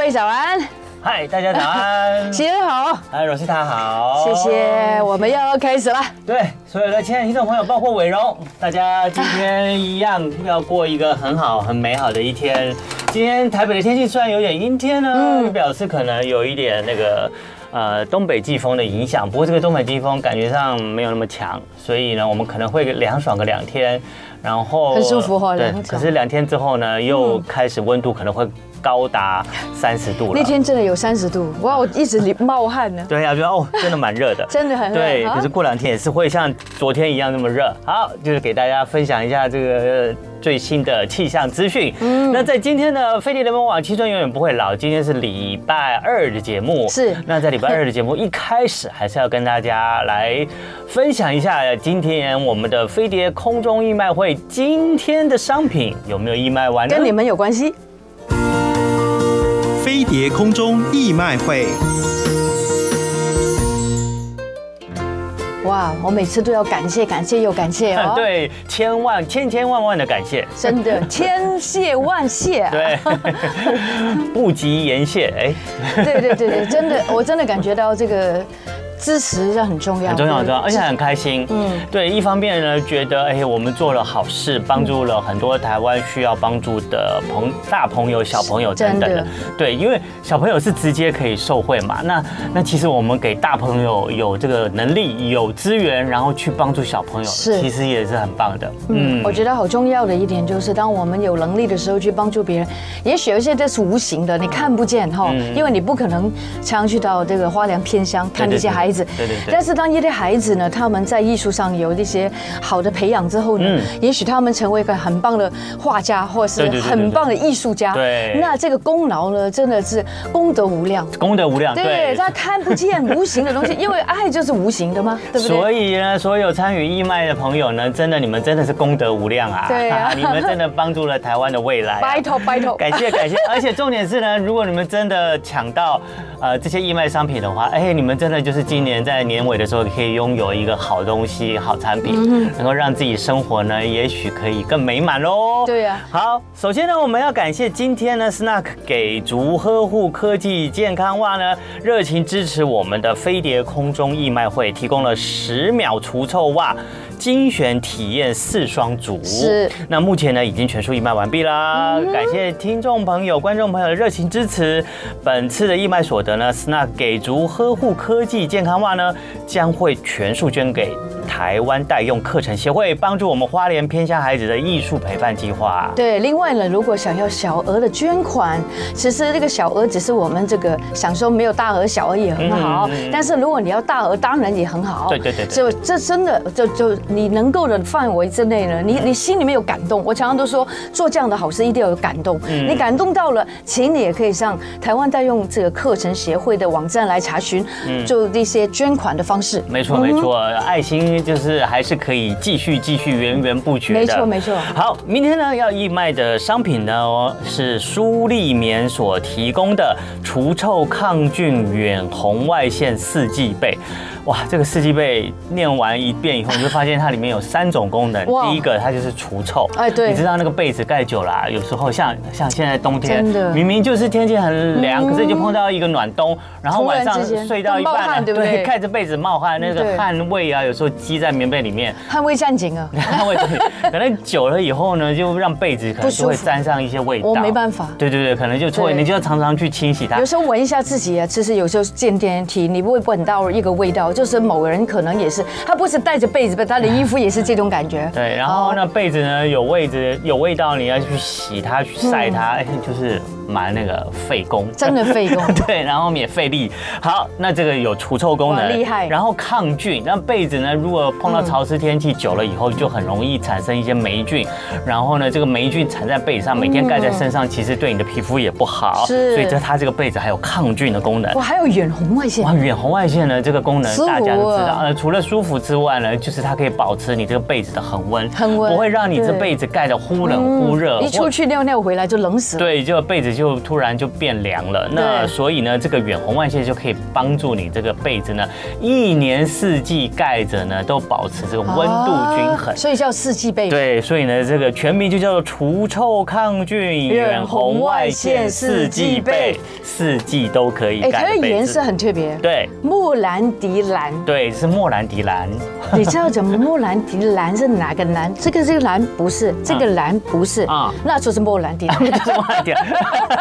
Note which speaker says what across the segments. Speaker 1: 位早安，
Speaker 2: 嗨，大家早 安！
Speaker 1: 新人好，
Speaker 2: 哎，罗西塔好，
Speaker 1: 谢谢，我们又要开始了。
Speaker 2: 对，所有的亲爱的听众朋友，包括伟荣，大家今天一样要过一个很好、很美好的一天。今天台北的天气虽然有点阴天呢，
Speaker 1: 嗯
Speaker 2: 表示可能有一点那个呃东北季风的影响，不过这个东北季风感觉上没有那么强，所以呢，我们可能会凉爽个两天，然后
Speaker 1: 很舒服哦
Speaker 2: 对
Speaker 1: 凉，爽
Speaker 2: 可是两天之后呢，又开始温度可能会高达三十度了。
Speaker 1: 那天真的有三十度，哇，我一直流冒汗呢，
Speaker 2: 对呀、觉得哦，真的蛮热 的，
Speaker 1: 真的很热
Speaker 2: 对，
Speaker 1: 啊
Speaker 2: 可是过两天也是会像昨天一样那么热。好，就是给大家分享一下这个呃最新的气象资讯。
Speaker 1: 嗯
Speaker 2: 那在今天的飞碟联盟网，青春永远不会老。今天是礼拜二的节目，
Speaker 1: 是
Speaker 2: 那在礼拜二的节目一开始，还是要跟大家来分享一下今天我们的飞碟空中义卖会今天的商品有没有义卖完呢？，，
Speaker 1: 跟你们有关系。
Speaker 3: 飞碟空中义卖会，
Speaker 1: 哇，我每次都要感谢感谢又感谢哦
Speaker 2: 对，千万千千万万的感谢。
Speaker 1: 真的千谢万谢啊。
Speaker 2: 对，不及言谢，哎、
Speaker 1: 对对对对，真的，我真的感觉到这个支持是很重要，
Speaker 2: 很重要，很重要，而
Speaker 1: 对
Speaker 2: 且很开心。嗯
Speaker 1: 啊嗯，
Speaker 2: 对，一方面呢，觉得哎、我们做了好事，帮助了很多台湾需要帮助的朋大朋友、小朋友等等
Speaker 1: 真
Speaker 2: 的
Speaker 1: 的。
Speaker 2: 对，因为小朋友是直接可以受惠嘛。那那其实我们给大朋友有这个能力、有资源，然后去帮助小朋友，
Speaker 1: 是
Speaker 2: 其实也是很棒的。
Speaker 1: 嗯
Speaker 2: 嗯，，
Speaker 1: 我觉得好重要的一点就是，当我们有能力的时候去帮助别人，也许有一些这是无形的，你看不见哈，
Speaker 2: 嗯
Speaker 1: 因为你不可能常去到这个花莲偏乡看
Speaker 2: 对对
Speaker 1: 这些孩子。
Speaker 2: 对对对
Speaker 1: 但是当一些孩子呢，他们在艺术上有一些好的培养之后呢，也许他们成为一个很棒的画家，或是
Speaker 2: 嗯对对对对
Speaker 1: 很棒的艺术家。
Speaker 2: 对
Speaker 1: 那这个功劳呢，真的是功德无量。
Speaker 2: 功德无量。
Speaker 1: 对，他看不见无形的东西，因为爱就是无形的嘛，对不对？
Speaker 2: 所以呢，所有参与义卖的朋友呢，真的你们真的是功德无量啊！
Speaker 1: 对啊
Speaker 2: 你们真的帮助了台湾的未来啊、
Speaker 1: 拜托拜托，
Speaker 2: 感谢感谢，而且重点是呢，如果你们真的抢到呃这些义卖商品的话，哎、你们真的就是今年在年尾的时候可以拥有一个好东西、好产品，
Speaker 1: 嗯
Speaker 2: 能够让自己生活呢，也许可以更美满喽。
Speaker 1: 对啊
Speaker 2: 好，首先呢，我们要感谢今天呢，Snack 给足呵护科技健康袜呢热情支持我们的飞碟空中义卖会，提供了十秒除臭袜精选体验四双组。
Speaker 1: 是
Speaker 2: 那目前呢，已经全数义卖完毕啦，感谢听众朋友、观众朋友的热情支持。本次的义卖所得呢，Snack 给足呵护科技健康袜呢，将会全数捐给台湾代用课程协会，帮助我们花莲偏乡孩子的艺术陪伴计划。
Speaker 1: 对，另外呢，如果想要小额的捐款，其实这个小额只是我们这个想说没有大额小额也很好，但是如果你要大额，当然也很好。
Speaker 2: 嗯对对对对
Speaker 1: 就这真的就就你能够的范围之内呢，你你心里面有感动，我常常都说做这样的好事一定要有感动，
Speaker 2: 嗯
Speaker 1: 你感动到了，请你也可以上台湾代用这个课程协会的网站来查询，
Speaker 2: 嗯
Speaker 1: 就这些捐款的方式。
Speaker 2: 没错没错，爱心就是还是可以继续继续源源不绝的。
Speaker 1: 没错没错
Speaker 2: 好，明天呢要义卖的商品呢哦是舒丽棉所提供的除臭抗菌远红外线四季被。哇，这个四季被念完一遍以后，你会发现它里面有三种功能。
Speaker 1: 哇
Speaker 2: 第一个它就是除臭，
Speaker 1: 哎对
Speaker 2: 你知道那个被子盖久了啊、有时候像像现在冬天，
Speaker 1: 真的嗯
Speaker 2: 明明就是天气很凉，可是就碰到一个暖冬，然后
Speaker 1: 突
Speaker 2: 晚
Speaker 1: 然
Speaker 2: 上
Speaker 1: 之间
Speaker 2: 睡到一
Speaker 1: 冒
Speaker 2: 半啊，
Speaker 1: 汗对不对
Speaker 2: 盖着被子冒汗，那
Speaker 1: 嗯
Speaker 2: 个
Speaker 1: 对
Speaker 2: 汗味啊，有时候积在棉被里面，
Speaker 1: 捍卫战警啊！
Speaker 2: 汗味可能久了以后呢，就让被子可能
Speaker 1: 不舒
Speaker 2: 就
Speaker 1: 服
Speaker 2: 会沾上一些味道。
Speaker 1: 我哦没办法
Speaker 2: 对对对，可能就错，
Speaker 1: 对
Speaker 2: 你就要常常去清洗它
Speaker 1: 有。时候闻一下自己啊，其实有时候见电梯，你会闻到一个味道，就是某个人可能也是，他不是带着被子，但他的衣服也是这种感觉。
Speaker 2: 对，然后
Speaker 1: 哦？
Speaker 2: 那被子呢有位置有味道，你要去洗它、去晒它，哎就是蛮那个费工。
Speaker 1: 嗯真的费 用。
Speaker 2: 对，然后免费力。好，那这个有除臭功
Speaker 1: 哇
Speaker 2: 能，
Speaker 1: 厉害
Speaker 2: 然后抗菌，那被子呢，如果碰到潮湿天气久了以后，就很容易产生一些霉菌。然后呢，这个霉菌缠在被上，每天盖在身上，其实对你的皮肤也不好。
Speaker 1: 是
Speaker 2: 所以这它这个被子还有抗菌的功能
Speaker 1: 我。还有远红外线
Speaker 2: 哇，，远红外线呢，这个功能
Speaker 1: 舒服
Speaker 2: 大家都知道
Speaker 1: 啊。
Speaker 2: 呃，除了舒服之外呢，就是它可以保持你这个被子的恒温，
Speaker 1: 恒温
Speaker 2: 不会让你这
Speaker 1: 对嗯
Speaker 2: 被子盖得忽冷忽热，
Speaker 1: 一
Speaker 2: 或
Speaker 1: 出去尿尿回来就冷死了。
Speaker 2: 对，就被子就突然就变凉了。那所以呢，这个远红外线就可以帮助你这个被子呢，一年四季盖着呢，都保持这个温度均衡
Speaker 1: 啊。所以叫四季被子。
Speaker 2: 对，所以呢，这个全名就叫做除臭抗菌
Speaker 1: 远红外线四季被，
Speaker 2: 四季都可以
Speaker 1: 哎，
Speaker 2: 盖
Speaker 1: 它的
Speaker 2: 的被
Speaker 1: 颜
Speaker 2: 子
Speaker 1: 色。很特别，
Speaker 2: 对
Speaker 1: 莫兰迪 蓝。
Speaker 2: 对，是莫兰迪 蓝，
Speaker 1: 你知道怎么莫兰迪蓝是哪个蓝？这个这个蓝不是，这个蓝不是
Speaker 2: 啊
Speaker 1: 啊，那就是莫兰迪蓝。
Speaker 2: 就是莫兰迪蓝，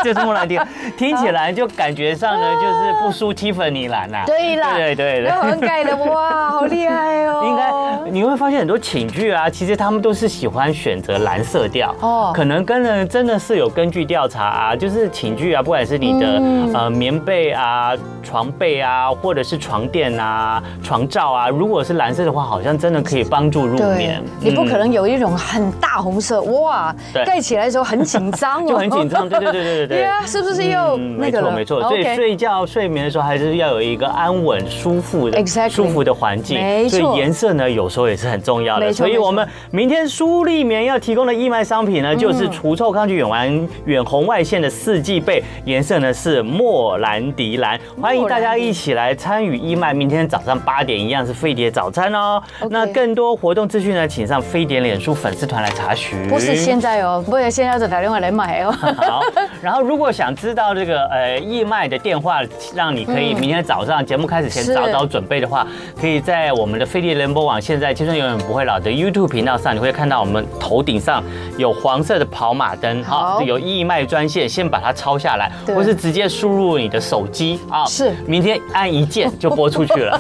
Speaker 2: 就是莫兰 迪蓝，听起来就感觉上呢，就是不输 Tiffany 蓝啦。
Speaker 1: 啊 对啦，
Speaker 2: 对对对
Speaker 1: 然。后盖的，哇，好厉害哦！
Speaker 2: 应该你会发现很多寝具啊，其实他们都是喜欢选择蓝色调哦
Speaker 1: 哦，
Speaker 2: 可能跟人真的是有根据调查啊，就是寝具啊，不管是你的、
Speaker 1: 嗯
Speaker 2: 呃棉被啊、床被啊，或者是床垫啊、床罩啊，如果是蓝色的话，好像真的可以帮助入
Speaker 1: 对
Speaker 2: 眠。，
Speaker 1: 你不可
Speaker 2: 嗯
Speaker 1: 能有一种很大红色，哇
Speaker 2: 对，
Speaker 1: 盖起来的时候很紧张哦，
Speaker 2: 就很紧张，对对对对 对
Speaker 1: 对
Speaker 2: 对。
Speaker 1: 啊，是不是又
Speaker 2: 嗯
Speaker 1: 那
Speaker 2: 没
Speaker 1: 个
Speaker 2: 错
Speaker 1: 了？
Speaker 2: 没错，所以
Speaker 1: OK
Speaker 2: 睡觉睡眠的时候还是要有一个安稳、舒服的、
Speaker 1: Exactly
Speaker 2: 舒服的环境。
Speaker 1: 没错
Speaker 2: 所以颜色呢，有时候也是很重要的。
Speaker 1: 没错
Speaker 2: 所以
Speaker 1: 没错
Speaker 2: 我们明天舒丽棉要提供的义卖商品呢，
Speaker 1: 嗯
Speaker 2: 就是除臭抗菌远环远红外线的四季被，颜色呢是莫兰迪蓝。欢迎大家一起来参与义卖，明天早上八点一样是飞碟早餐哦。
Speaker 1: OK
Speaker 2: 那更多活动资讯呢，请上飞碟脸书粉丝团来查询。
Speaker 1: 不是现在哦，不是现在就打电话来买哦。
Speaker 2: 好，然后如果想知道这个呃义卖的电话，让你可以明天早上节目开始前
Speaker 1: 是
Speaker 2: 早早准备的话，可以在我们的飞碟联播网现在青春永远不会老的 YouTube 频道上，你会看到我们头顶上有黄色的跑马灯，
Speaker 1: 好
Speaker 2: 有义卖专线，先把它抄下来，
Speaker 1: 对
Speaker 2: 或是直接输入你的手机啊，
Speaker 1: 是
Speaker 2: 明天按一键就播出去 了，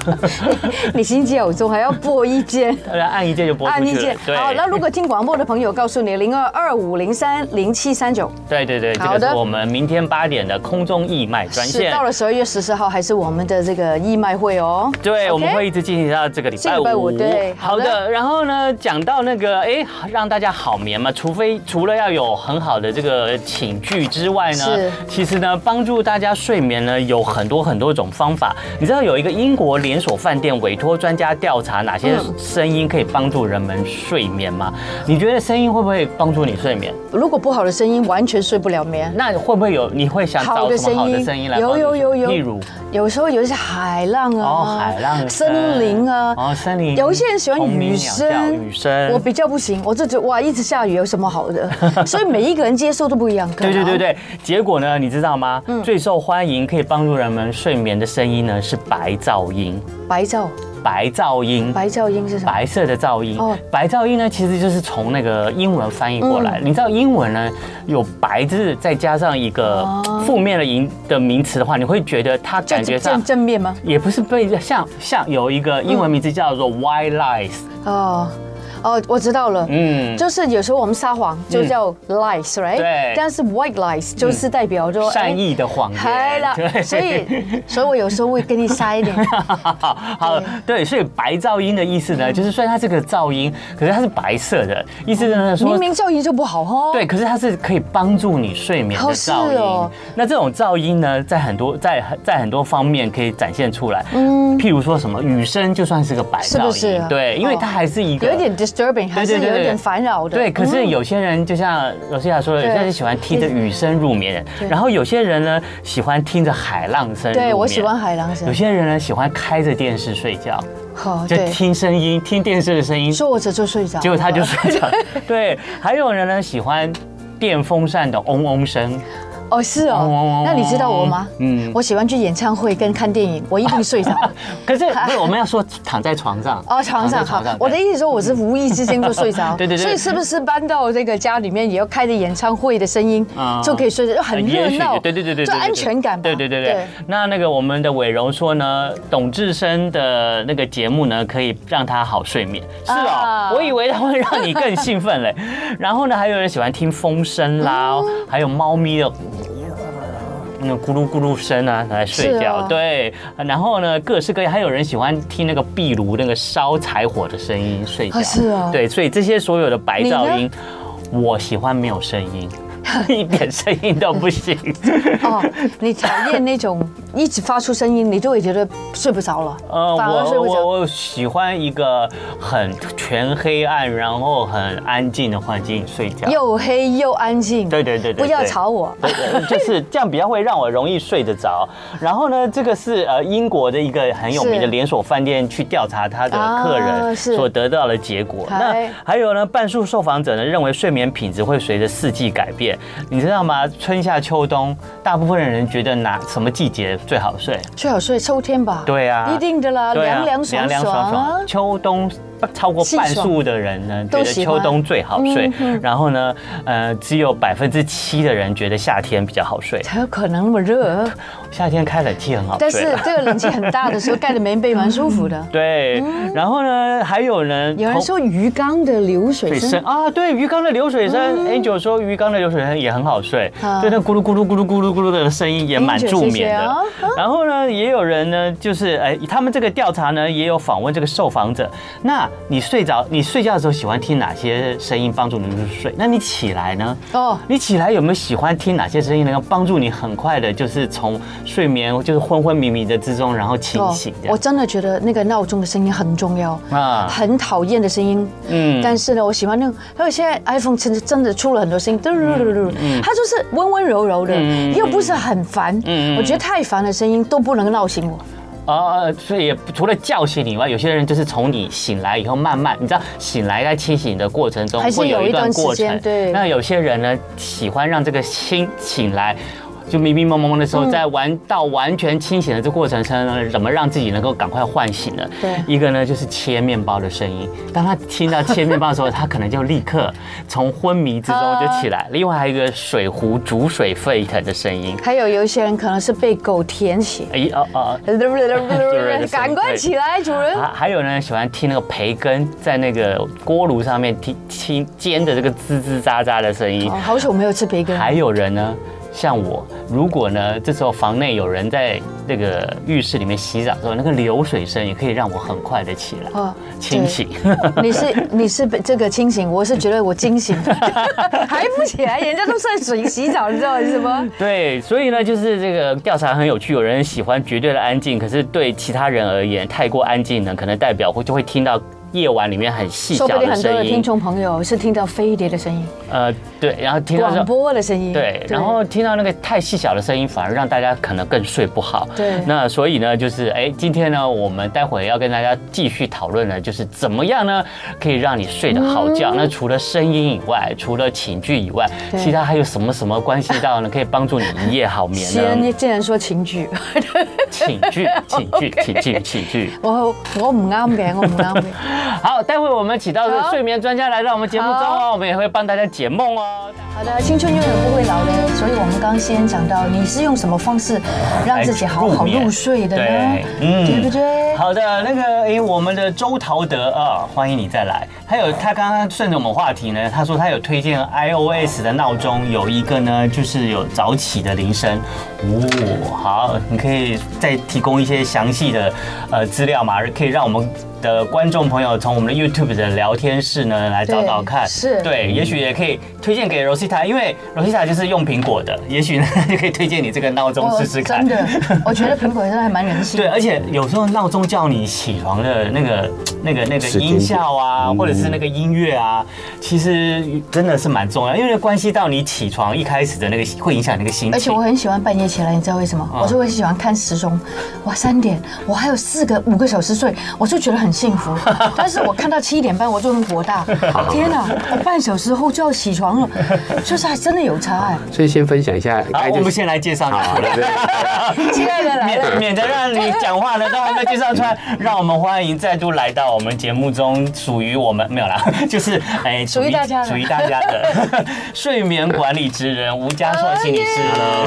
Speaker 1: 你星期有中还要播一间。
Speaker 2: 按一键就播出
Speaker 1: 按
Speaker 2: 去
Speaker 1: 一
Speaker 2: 了，
Speaker 1: 键
Speaker 2: 对
Speaker 1: 好，那如果听广播的朋友告诉你零二二五零三零七三九，
Speaker 2: 对对对，这
Speaker 1: 好
Speaker 2: 个
Speaker 1: 的
Speaker 2: 是我们明天八点的空中义卖专
Speaker 1: 是
Speaker 2: 线。
Speaker 1: 到了十二月十四号还是我们的这个义卖会哦。
Speaker 2: 对
Speaker 1: OK？
Speaker 2: 我们会一直进行到这个礼
Speaker 1: 这
Speaker 2: 拜
Speaker 1: 礼拜
Speaker 2: 五。
Speaker 1: 五对
Speaker 2: 好
Speaker 1: 好的
Speaker 2: 的。然后呢，讲到那个，哎，让大家好眠嘛，除非除了要有很好的这个寝具之外呢
Speaker 1: 是，
Speaker 2: 其实呢，帮助大家睡眠呢，有很多很多种方法。你知道有一个英国连锁饭店委托专家调查哪些
Speaker 1: 嗯
Speaker 2: 声音可以帮助人们睡眠吗？你觉得声音会不会帮助你睡眠？
Speaker 1: 如果不好的声音，完全睡不了眠。
Speaker 2: 那会不会有？你会想
Speaker 1: 好
Speaker 2: 找
Speaker 1: 的
Speaker 2: 什么好的
Speaker 1: 声音
Speaker 2: 声音来
Speaker 1: 有
Speaker 2: 帮助
Speaker 1: 有有
Speaker 2: 你睡
Speaker 1: 有
Speaker 2: 例如
Speaker 1: 有时候有一些海浪啊，
Speaker 2: 哦，海浪声、
Speaker 1: 森林啊，
Speaker 2: 哦，森林。
Speaker 1: 有一些人喜欢
Speaker 2: 虫鸣
Speaker 1: 雨
Speaker 2: 鸟叫
Speaker 1: 声，
Speaker 2: 雨声。
Speaker 1: 我比较不行，我就觉得哇，一直下雨有什么好 的？所以每一个人接受都不一样。可
Speaker 2: 对
Speaker 1: 能
Speaker 2: 对对，对，结果呢，你知道吗？
Speaker 1: 嗯
Speaker 2: 最受欢迎可以帮助人们睡眠的声音呢是白噪音，
Speaker 1: 白噪
Speaker 2: 白噪音。
Speaker 1: 白噪音是什么？
Speaker 2: 白色的噪音
Speaker 1: 哦，
Speaker 2: 白噪音呢，其实就是从那个英文翻译过
Speaker 1: 嗯
Speaker 2: 来。你知道英文呢有“白”字，再加上一个
Speaker 1: 哦
Speaker 2: 负面的名的名词的话，你会觉得它感觉上
Speaker 1: 正正面吗？
Speaker 2: 也不是被像像有一个英文名字叫做 “white lies”。
Speaker 1: 哦哦，我知道了。
Speaker 2: 嗯，
Speaker 1: 就是有时候我们撒谎就叫 lies，right？、
Speaker 2: 对嗯
Speaker 1: 但是 white lies 就是代表说
Speaker 2: 善。意的谎言。
Speaker 1: 哦哎嗨了
Speaker 2: 对，
Speaker 1: 所以，所以我有时候会跟你撒一 点，
Speaker 2: 好，对，所以白噪音的意思
Speaker 1: 嗯
Speaker 2: 呢，就是虽然它这个噪音，可是它是白色的，意思呢说
Speaker 1: 明。明噪音就不好哦。
Speaker 2: 对，可是它是可以帮助你睡眠的
Speaker 1: 哦是
Speaker 2: 噪音。
Speaker 1: 哦
Speaker 2: 那这种噪音呢，在很多在在很多方面可以展现出来。嗯，譬如说什么雨声，就算是个白噪
Speaker 1: 是
Speaker 2: 音，
Speaker 1: 不是
Speaker 2: 对，因为
Speaker 1: 哦
Speaker 2: 它还是一个
Speaker 1: 有一点 disturbing，还是
Speaker 2: 对对对对
Speaker 1: 有一点烦扰的。
Speaker 2: 对，可是
Speaker 1: 嗯
Speaker 2: 有些人就像罗西亚说的，有
Speaker 1: 对
Speaker 2: 些人喜欢听着雨声入眠，
Speaker 1: 对
Speaker 2: 然后有些人呢喜欢听着海浪声入
Speaker 1: 对我
Speaker 2: 眠
Speaker 1: 喜欢海浪
Speaker 2: 有
Speaker 1: 声，
Speaker 2: 些人呢喜欢开着电视睡觉，
Speaker 1: 好
Speaker 2: 就
Speaker 1: 对，
Speaker 2: 听声音，听电视的声音，
Speaker 1: 坐着就睡着了，
Speaker 2: 结果他就睡着。 对，还有人呢喜欢电风扇的嗡嗡声，
Speaker 1: 哦，是
Speaker 2: 嗡嗡嗡
Speaker 1: 哦。那你知道我吗？
Speaker 2: 嗯
Speaker 1: 嗯，我喜欢去演唱会跟看电影，我一定 睡着。
Speaker 2: 可是不是我们要说躺在床上
Speaker 1: 哦，床上
Speaker 2: 躺
Speaker 1: 好
Speaker 2: 在床，
Speaker 1: 我的
Speaker 2: 啊对
Speaker 1: 意思说我是无意之间就睡着，
Speaker 2: 对对对
Speaker 1: 所以是不是搬到这个家里面也要开着演唱会的声音
Speaker 2: 啊哎
Speaker 1: 就可以睡着，就很热
Speaker 2: 也许
Speaker 1: 闹，
Speaker 2: 对对对对，
Speaker 1: 就
Speaker 2: 对
Speaker 1: 安全感吧。
Speaker 2: 对对对对。那那个我们的伟荣说呢，董志生的那个节目呢，可以让他好睡眠。是哦
Speaker 1: 啊，
Speaker 2: 我以为他会让你更兴 奋嘞。然后呢，还有人喜欢听风声
Speaker 1: 哦
Speaker 2: 啦，还有猫咪的。那咕噜咕噜声啊，拿来睡
Speaker 1: 是
Speaker 2: 觉。
Speaker 1: 啊
Speaker 2: 对，然后呢，各式各样，还有人喜欢听那个壁炉那个烧柴火的声音睡觉。
Speaker 1: 啊是啊
Speaker 2: 对，所以这些所有的白
Speaker 1: 你呢
Speaker 2: 噪音，我喜欢没有声音。 一点声音都不 行。
Speaker 1: 哦，你讨厌那种一直发出声音，你就会觉得睡不着了，
Speaker 2: 呃，
Speaker 1: 反而睡
Speaker 2: 我
Speaker 1: 不着。
Speaker 2: 我我喜欢一个很全黑暗，然后很安静的环境睡觉。
Speaker 1: 又黑又安静，
Speaker 2: 对对对对
Speaker 1: 不
Speaker 2: 对
Speaker 1: 要吵我。
Speaker 2: 对对就是这样比较会让我容易睡得着。然后呢，这个是呃英国的一个很有名的
Speaker 1: 是
Speaker 2: 连锁饭店去调查他的客
Speaker 1: 啊
Speaker 2: 人
Speaker 1: 是
Speaker 2: 所得到的结果。
Speaker 1: 嗨
Speaker 2: 那还有呢，半数受访者呢认为睡眠品质会随着四季改变。你知道吗？春夏秋冬，大部分人觉得哪什么季节最好睡？
Speaker 1: 最好睡秋天吧。
Speaker 2: 对啊
Speaker 1: 一定的啦，
Speaker 2: 对
Speaker 1: 凉
Speaker 2: 啊
Speaker 1: 凉爽爽啊。
Speaker 2: 秋冬超过半数的人呢，觉
Speaker 1: 都
Speaker 2: 得
Speaker 1: 喜欢嗯
Speaker 2: 秋冬最好睡。然后呢，呃，只有百分之七的人觉得夏天比较好睡。
Speaker 1: 才有可能那么热，
Speaker 2: 夏天开冷气很好
Speaker 1: 但
Speaker 2: 睡
Speaker 1: 是
Speaker 2: 啦。
Speaker 1: 这个冷气很大的时候，盖着棉被蛮舒服的。
Speaker 2: 对，然后呢，还有呢，
Speaker 1: 嗯有人
Speaker 2: 头
Speaker 1: 说鱼缸的流水嗯
Speaker 2: 水
Speaker 1: 声
Speaker 2: 声啊，对，鱼缸的流水声，Angel 说鱼缸的流水声也很好睡，
Speaker 1: 啊
Speaker 2: 对，那咕噜咕噜咕噜咕噜咕噜的声音也蛮
Speaker 1: Angel，
Speaker 2: 助
Speaker 1: 谢谢
Speaker 2: 眠的
Speaker 1: 啊。
Speaker 2: 然后呢，也有人呢，就是哎，他们这个调查呢，也有访问这个受访者。那你睡着，你睡觉的时候喜欢听哪些声音帮助你入睡？那你起来呢？
Speaker 1: 哦，
Speaker 2: 你起来有没有喜欢听哪些声音能够帮助你很快的，就是从睡眠就是昏昏迷迷的之中，然后清
Speaker 1: 哦
Speaker 2: 醒这样
Speaker 1: 我真的觉得那个闹钟的声音很重要
Speaker 2: 啊
Speaker 1: 很讨厌的声音，
Speaker 2: 嗯
Speaker 1: 但是呢，我喜欢那种，还有现在 iPhone 真的真的出了很多声音，嘟噜嘟噜嘟噜它就是温温柔柔的，
Speaker 2: 嗯嗯嗯
Speaker 1: 又不是很烦，
Speaker 2: 嗯嗯
Speaker 1: 我觉得太烦的声音都不能闹醒我，
Speaker 2: 啊、呃所以也除了叫醒你以外，有些人就是从你醒来以后慢慢，你知道醒来在清醒的过程中
Speaker 1: 还是
Speaker 2: 会有
Speaker 1: 有一
Speaker 2: 一段
Speaker 1: 段时
Speaker 2: 过
Speaker 1: 间
Speaker 2: 程。
Speaker 1: 对
Speaker 2: 那有些人呢，喜欢让这个清醒来。就迷迷蒙蒙的时候，在完到完全清醒的这过程中呢，怎么让自己能够赶快唤醒呢？
Speaker 1: 对
Speaker 2: 一个呢就是切面包的声音，当他听到切面包的时候，他可能就立刻从昏迷之中就起
Speaker 1: 啊
Speaker 2: 来。另外还有一个水壶煮水沸腾的声音，
Speaker 1: 还有有一些人可能是被狗舔血，
Speaker 2: 哎哦哦，
Speaker 1: 嘟噜嘟噜嘟噜嘟赶快起来，主人。
Speaker 2: 啊还还有呢，喜欢听那个培根在那个锅炉上面听听煎的这个吱吱喳喳的声音
Speaker 1: 哦，。好久没有吃培根了，
Speaker 2: 还有人呢，像我，如果呢这时候房内有人在那个浴室里面洗澡的时候，那个流水声也可以让我很快的起来
Speaker 1: 哦
Speaker 2: 清 醒。
Speaker 1: 你是你是被这个清醒，我是觉得我惊 醒，还不起来，人家都晒水洗澡，你知道是吗？
Speaker 2: 对，所以呢，就是这个调查很有趣，有人喜欢绝对的安静，可是对其他人而言，太过安静呢，可能代表会就会听到夜晚里面很细
Speaker 1: 说
Speaker 2: 小
Speaker 1: 不定
Speaker 2: 的
Speaker 1: 很多的
Speaker 2: 声
Speaker 1: 听
Speaker 2: 音。
Speaker 1: 众朋友是听到飞碟的声音、
Speaker 2: 呃，对，然后听到
Speaker 1: 广
Speaker 2: 说。
Speaker 1: 播的声音，
Speaker 2: 对，然后听到那个太细小的声音，反而让大家可能更睡不好。
Speaker 1: 对
Speaker 2: 那所以呢，就是哎，今天呢，我们待会要跟大家继续讨论呢，就是怎么样呢，可以让你睡得好觉。那除了声音以外，除了寝具以外，
Speaker 1: 嗯对
Speaker 2: 其他还有什么什么关系到呢，可以帮助你一夜好眠
Speaker 1: 西
Speaker 2: 呢？
Speaker 1: 安竟然说情剧，
Speaker 2: 寝 具，寝具，寝具，寝具。
Speaker 1: 我我唔啱嘅，我唔啱嘅。
Speaker 2: 好，待会我们请到
Speaker 1: 好
Speaker 2: 睡眠专家来到我们节目中哦，
Speaker 1: 好
Speaker 2: 我们也会帮大家解梦哦。
Speaker 1: 好的，青春永远不会老的，所以我们刚先讲到，你是用什么方式让自己好好入睡的呢
Speaker 2: 对？，嗯
Speaker 1: 对不对？
Speaker 2: 好的，那个诶，我们的周陶德啊，欢迎你再来。还有他刚刚顺着我们话题呢，他说他有推荐 iOS 的闹钟，有一个呢就是有早起的铃声。哦，好，你可以再提供一些详细的呃资料嘛，可以让我们。的观众朋友从我们的 YouTube 的聊天室呢来找找看，
Speaker 1: 对是
Speaker 2: 对，也许也可以推荐给 Rosita，因为 Rosita 就是用苹果的，也许呢 就可以推荐你这个闹钟
Speaker 1: 我
Speaker 2: 试试看。
Speaker 1: 哦真的，我觉得苹果真的还蛮人性
Speaker 2: 对，
Speaker 1: 的。
Speaker 2: 而且有时候闹钟叫你起床的那个、那个、那个
Speaker 4: 时间点
Speaker 2: 音效啊，
Speaker 4: 嗯
Speaker 2: 或者是那个音乐啊，其实真的是蛮重要，因为关系到你起床一开始的那个会影响你那个心情。
Speaker 1: 而且我很喜欢半夜起来，你知道为什么？我就会喜欢看时钟，哇，三点，我还有四个五个小时睡，我就觉得很幸福。但是我看到七点半，我就很火大，天哪，我半小时后就要起床了，就是还真的有差哎。
Speaker 4: 所以先分享一下，
Speaker 2: 好
Speaker 4: 该，
Speaker 2: 我
Speaker 4: 哎就
Speaker 2: 们
Speaker 4: 是
Speaker 2: 先来介绍你出
Speaker 4: 好
Speaker 2: 来。
Speaker 4: 对
Speaker 1: 亲爱的来了。
Speaker 2: 免免得让你讲话呢，都还没介绍出来，让我们欢迎再度来到我们节目中，属于我们没有啦， 就是哎，
Speaker 1: 属于大家的
Speaker 2: 属于大家的 睡眠管理职人吴家硕心理师。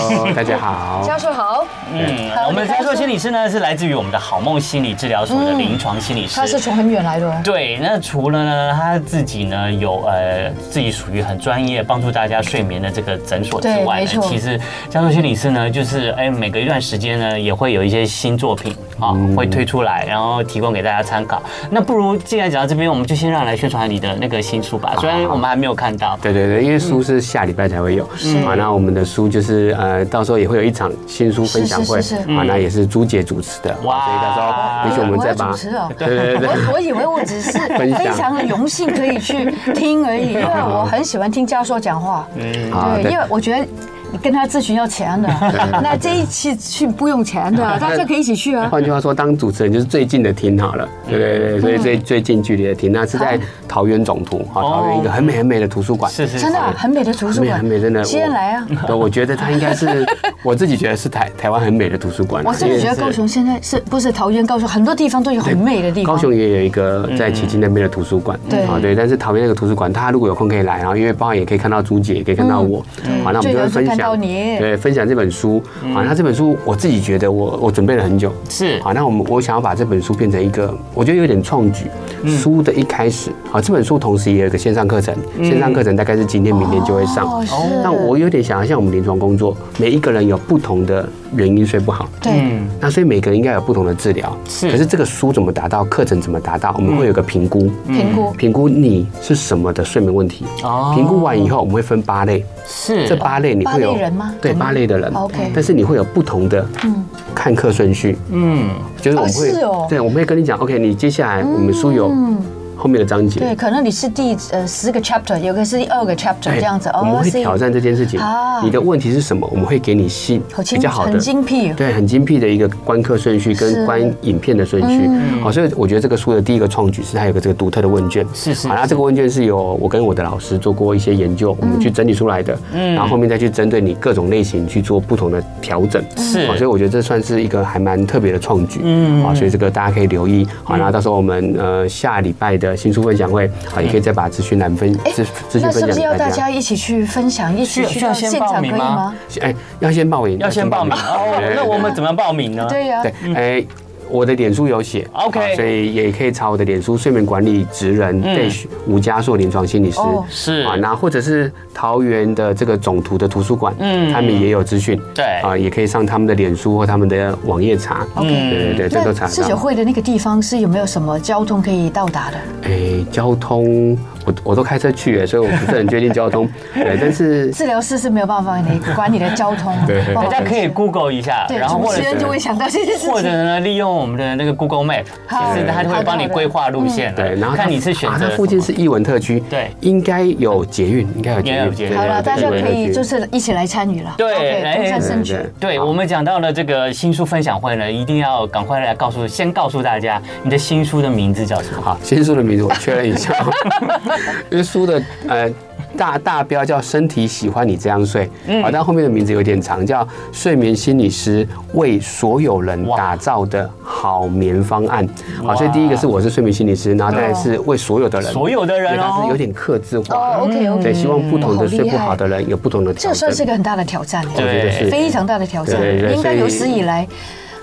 Speaker 4: Hello，大家哦好。
Speaker 1: 教授好，
Speaker 2: 嗯
Speaker 1: 好，
Speaker 2: 我们家硕心理师呢是来自于我们的好梦心理治疗所的临床心理
Speaker 1: 嗯
Speaker 2: 师。
Speaker 1: 他是从很远来的，哦
Speaker 2: 对，那除了呢，他自己呢有呃自己属于很专业帮助大家睡眠的这个诊所之
Speaker 1: 对
Speaker 2: 外
Speaker 1: 没
Speaker 2: 呢，
Speaker 1: 错
Speaker 2: 其实江硕心理师呢，就是哎每隔一段时间呢也会有一些新作品啊、会推出来，然后提供给大家参考。那不如既然讲到这边，我们就先让来宣传你的那个新书吧，虽然我们还没有看到。
Speaker 4: 对对对，因为书是下礼拜才会有，
Speaker 1: 嗯
Speaker 4: 啊，那我们的书就是呃，到时候也会有一场新书分享会，
Speaker 1: 是是是是
Speaker 4: 啊，那也是朱姐主持的，
Speaker 2: 哇
Speaker 4: 哇，所以到时候也许我们再把
Speaker 1: 主，持哦。
Speaker 4: 对对对
Speaker 1: 我我以为我只是
Speaker 4: 分享
Speaker 1: 非常的荣幸可以去听而 已，因为我很喜欢听教授讲话。
Speaker 4: 对，啊
Speaker 1: 对，因为我觉得你跟他咨询要钱的， 那这一期去不用钱的，大家可以一起去啊。
Speaker 4: 换句话说，当主持人就是最近的听好了，
Speaker 1: 嗯
Speaker 4: 对对对，所以最最近距离的听，那是在桃园总图，
Speaker 1: 哦
Speaker 4: 好，桃园一个很美很美的图书馆，
Speaker 2: 是是是
Speaker 1: 真的啊很美的图书
Speaker 4: 很美
Speaker 1: 馆，
Speaker 4: 很美，真的。
Speaker 1: 今天来啊！
Speaker 4: 我！对，我觉得它应 该是，我自己觉得是台台湾很美的图书馆。啊
Speaker 1: 我真的觉得高雄现在是不是桃园、高雄很多地方都有很美的地方。嗯
Speaker 4: 高雄也有一个在旗津那边的图书馆，
Speaker 1: 对
Speaker 4: 啊对，但是桃园那个图书馆，大家如果有空可以来，然后因为包含也可以看到朱姐，也可以看到我，啊好，那我们就会分
Speaker 1: 嗯最多就看到
Speaker 4: 享，
Speaker 1: 你嗯
Speaker 4: 对，分享这本书，啊，那这本书我自己觉得我我准备了很久，啊
Speaker 2: 是
Speaker 4: 好，那我们我想要把这本书变成一个，我觉得有点创举，
Speaker 1: 嗯
Speaker 4: 书的一开始，好，这本书同时也有一个线上课程，线上课程大概是今天明天就会上，
Speaker 1: 嗯哦，是
Speaker 4: 那我有点想要像我们临床工作，每一个人有不同的原因睡不好，
Speaker 1: 对
Speaker 2: 嗯，
Speaker 4: 那所以每个人应该有不同的治疗，
Speaker 2: 是
Speaker 4: 可是这个书怎么达到，课程怎么达到，我们会有个评估，嗯
Speaker 1: 评估
Speaker 4: 评估你是什么的睡眠问题
Speaker 2: 嗯哦。
Speaker 4: 评估完以后，我们会分八类，
Speaker 2: 是
Speaker 4: 这八类你会有
Speaker 1: 八类人吗
Speaker 4: 对，八类的人。
Speaker 1: OK 嗯
Speaker 4: 但是你会有不同的看课顺序，
Speaker 2: 嗯
Speaker 4: 就是我们
Speaker 1: 哦
Speaker 4: 会
Speaker 1: 是哦嗯
Speaker 4: 对，我们会跟你讲，OK，你接下来我们书有后面的章节，
Speaker 1: 对，可能你是第呃十个 chapter，有个是第二个 chapter
Speaker 4: 对
Speaker 1: 这样子。
Speaker 4: 哎
Speaker 1: 哦
Speaker 4: 我们会挑战这件事情
Speaker 1: 啊。
Speaker 4: 你的问题是什么？我们会给你细
Speaker 1: 好
Speaker 4: 比
Speaker 1: 精
Speaker 4: 较好的
Speaker 1: 很精辟哦。
Speaker 4: 对，很精辟的一个观课顺序
Speaker 1: 是
Speaker 4: 跟观影片的顺序。
Speaker 2: 嗯
Speaker 4: 好，所以我觉得这个书的第一个创举是它有个这个独特的问卷。
Speaker 2: 是是
Speaker 4: 好，那
Speaker 2: 是
Speaker 4: 这个问卷是由我跟我的老师做过一些研究，我们去整理出来的。
Speaker 2: 嗯
Speaker 4: 然后后面再去针对你各种类型去做不同的调整。
Speaker 2: 是
Speaker 4: 好所以我觉得这算是一个还蛮特别的创举。嗯。好，所以这个大家可以留意。
Speaker 2: 嗯
Speaker 4: 好，然后到时候我们呃下礼拜的新书分享会，
Speaker 2: 嗯
Speaker 4: 好，也可以再把资讯栏分
Speaker 1: 哎
Speaker 4: 资资讯
Speaker 1: 那
Speaker 4: 分
Speaker 1: 是
Speaker 4: 享
Speaker 1: 不是
Speaker 4: 给
Speaker 1: 要
Speaker 4: 大
Speaker 1: 大
Speaker 4: 家。
Speaker 1: 家一起去分享，一
Speaker 2: 需
Speaker 1: 起去
Speaker 2: 要需要
Speaker 1: 到
Speaker 2: 先
Speaker 1: 现
Speaker 2: 报
Speaker 1: 场可以
Speaker 2: 名吗
Speaker 1: 吗？
Speaker 4: 哎，要先报名，
Speaker 2: 要先报名哦
Speaker 4: 对对。对
Speaker 2: 那我们怎么报名呢？
Speaker 1: 对呀，
Speaker 4: 对，哎、我的脸书有写
Speaker 2: 嗯 OK
Speaker 4: 啊所以也可以查我的脸书睡眠管理职人
Speaker 2: 嗯
Speaker 4: dash 吴家硕临床心理师。
Speaker 1: 哦
Speaker 2: 是
Speaker 4: 啊，那或者是桃园的这个总图的图书馆，
Speaker 2: 嗯
Speaker 4: 嗯，他们也有资讯，
Speaker 2: 对
Speaker 4: 啊，也可以上他们的脸书或他们的网页查，嗯，对对对，这都查
Speaker 1: 那
Speaker 4: 得
Speaker 1: 自学
Speaker 4: 到。
Speaker 1: 会的那个地方是有没有什么交通可以到达的？
Speaker 4: 哎，交通，我我都开车去耶，所以我不 是很确定交通，对，但是
Speaker 1: 治疗师是没有办法你管你的交通，
Speaker 4: 对
Speaker 1: 不好
Speaker 2: 大
Speaker 1: 意思
Speaker 2: 家可以 Google 一下，
Speaker 1: 对
Speaker 2: 然后
Speaker 1: 主
Speaker 2: 或者
Speaker 1: 持人就会想到这件事
Speaker 2: 或者
Speaker 1: 情。
Speaker 2: 呢，利用我们的那个 Google Map，
Speaker 1: 好
Speaker 2: 其实它就会帮你规划路线了。
Speaker 4: 嗯对，然后它
Speaker 2: 看你是选
Speaker 4: 啊
Speaker 2: 择
Speaker 4: 它附近是艺文特区，
Speaker 2: 对
Speaker 4: 应该有捷运，应该有捷
Speaker 2: 应该有
Speaker 4: 运，
Speaker 2: 捷运
Speaker 4: 对
Speaker 1: 好了，
Speaker 4: 对
Speaker 1: 大家
Speaker 4: 对
Speaker 1: 可
Speaker 4: 对
Speaker 1: 以
Speaker 4: 对
Speaker 1: 就是一起来参与了。
Speaker 2: 对哎
Speaker 1: OK，
Speaker 2: 来
Speaker 1: 中山
Speaker 4: 对
Speaker 1: 圣
Speaker 4: 对
Speaker 1: 区。
Speaker 2: 对我们讲到了这个新书分享会呢，一定要赶快来告诉，先告诉大家你的新书的名字叫什么。
Speaker 4: 好，新书的名字我确认一下， 因为书的呃大大标叫“身体喜欢你这样睡”，
Speaker 1: 嗯
Speaker 4: 好、但后面的名字有点长，叫“睡眠心理师为所有人打造的好眠方案”。好，所以第一个是我是睡眠心理师，
Speaker 1: 嗯
Speaker 4: 然后再来是为所有的人，
Speaker 2: 所有的人哦
Speaker 4: 因为它是有点克制化
Speaker 1: 哦
Speaker 4: 的，
Speaker 1: ，OK
Speaker 4: 对，
Speaker 1: OK，
Speaker 4: 希望不同
Speaker 1: 好
Speaker 4: 的
Speaker 1: 厉
Speaker 4: 睡不
Speaker 1: 害
Speaker 4: 好的人有不同的
Speaker 1: 这
Speaker 4: 调整
Speaker 1: 算是。一个很大的挑战耶，
Speaker 4: 我觉得是
Speaker 1: 非常大的挑战
Speaker 4: 对对，对
Speaker 1: 应该
Speaker 4: 所以
Speaker 1: 有史以来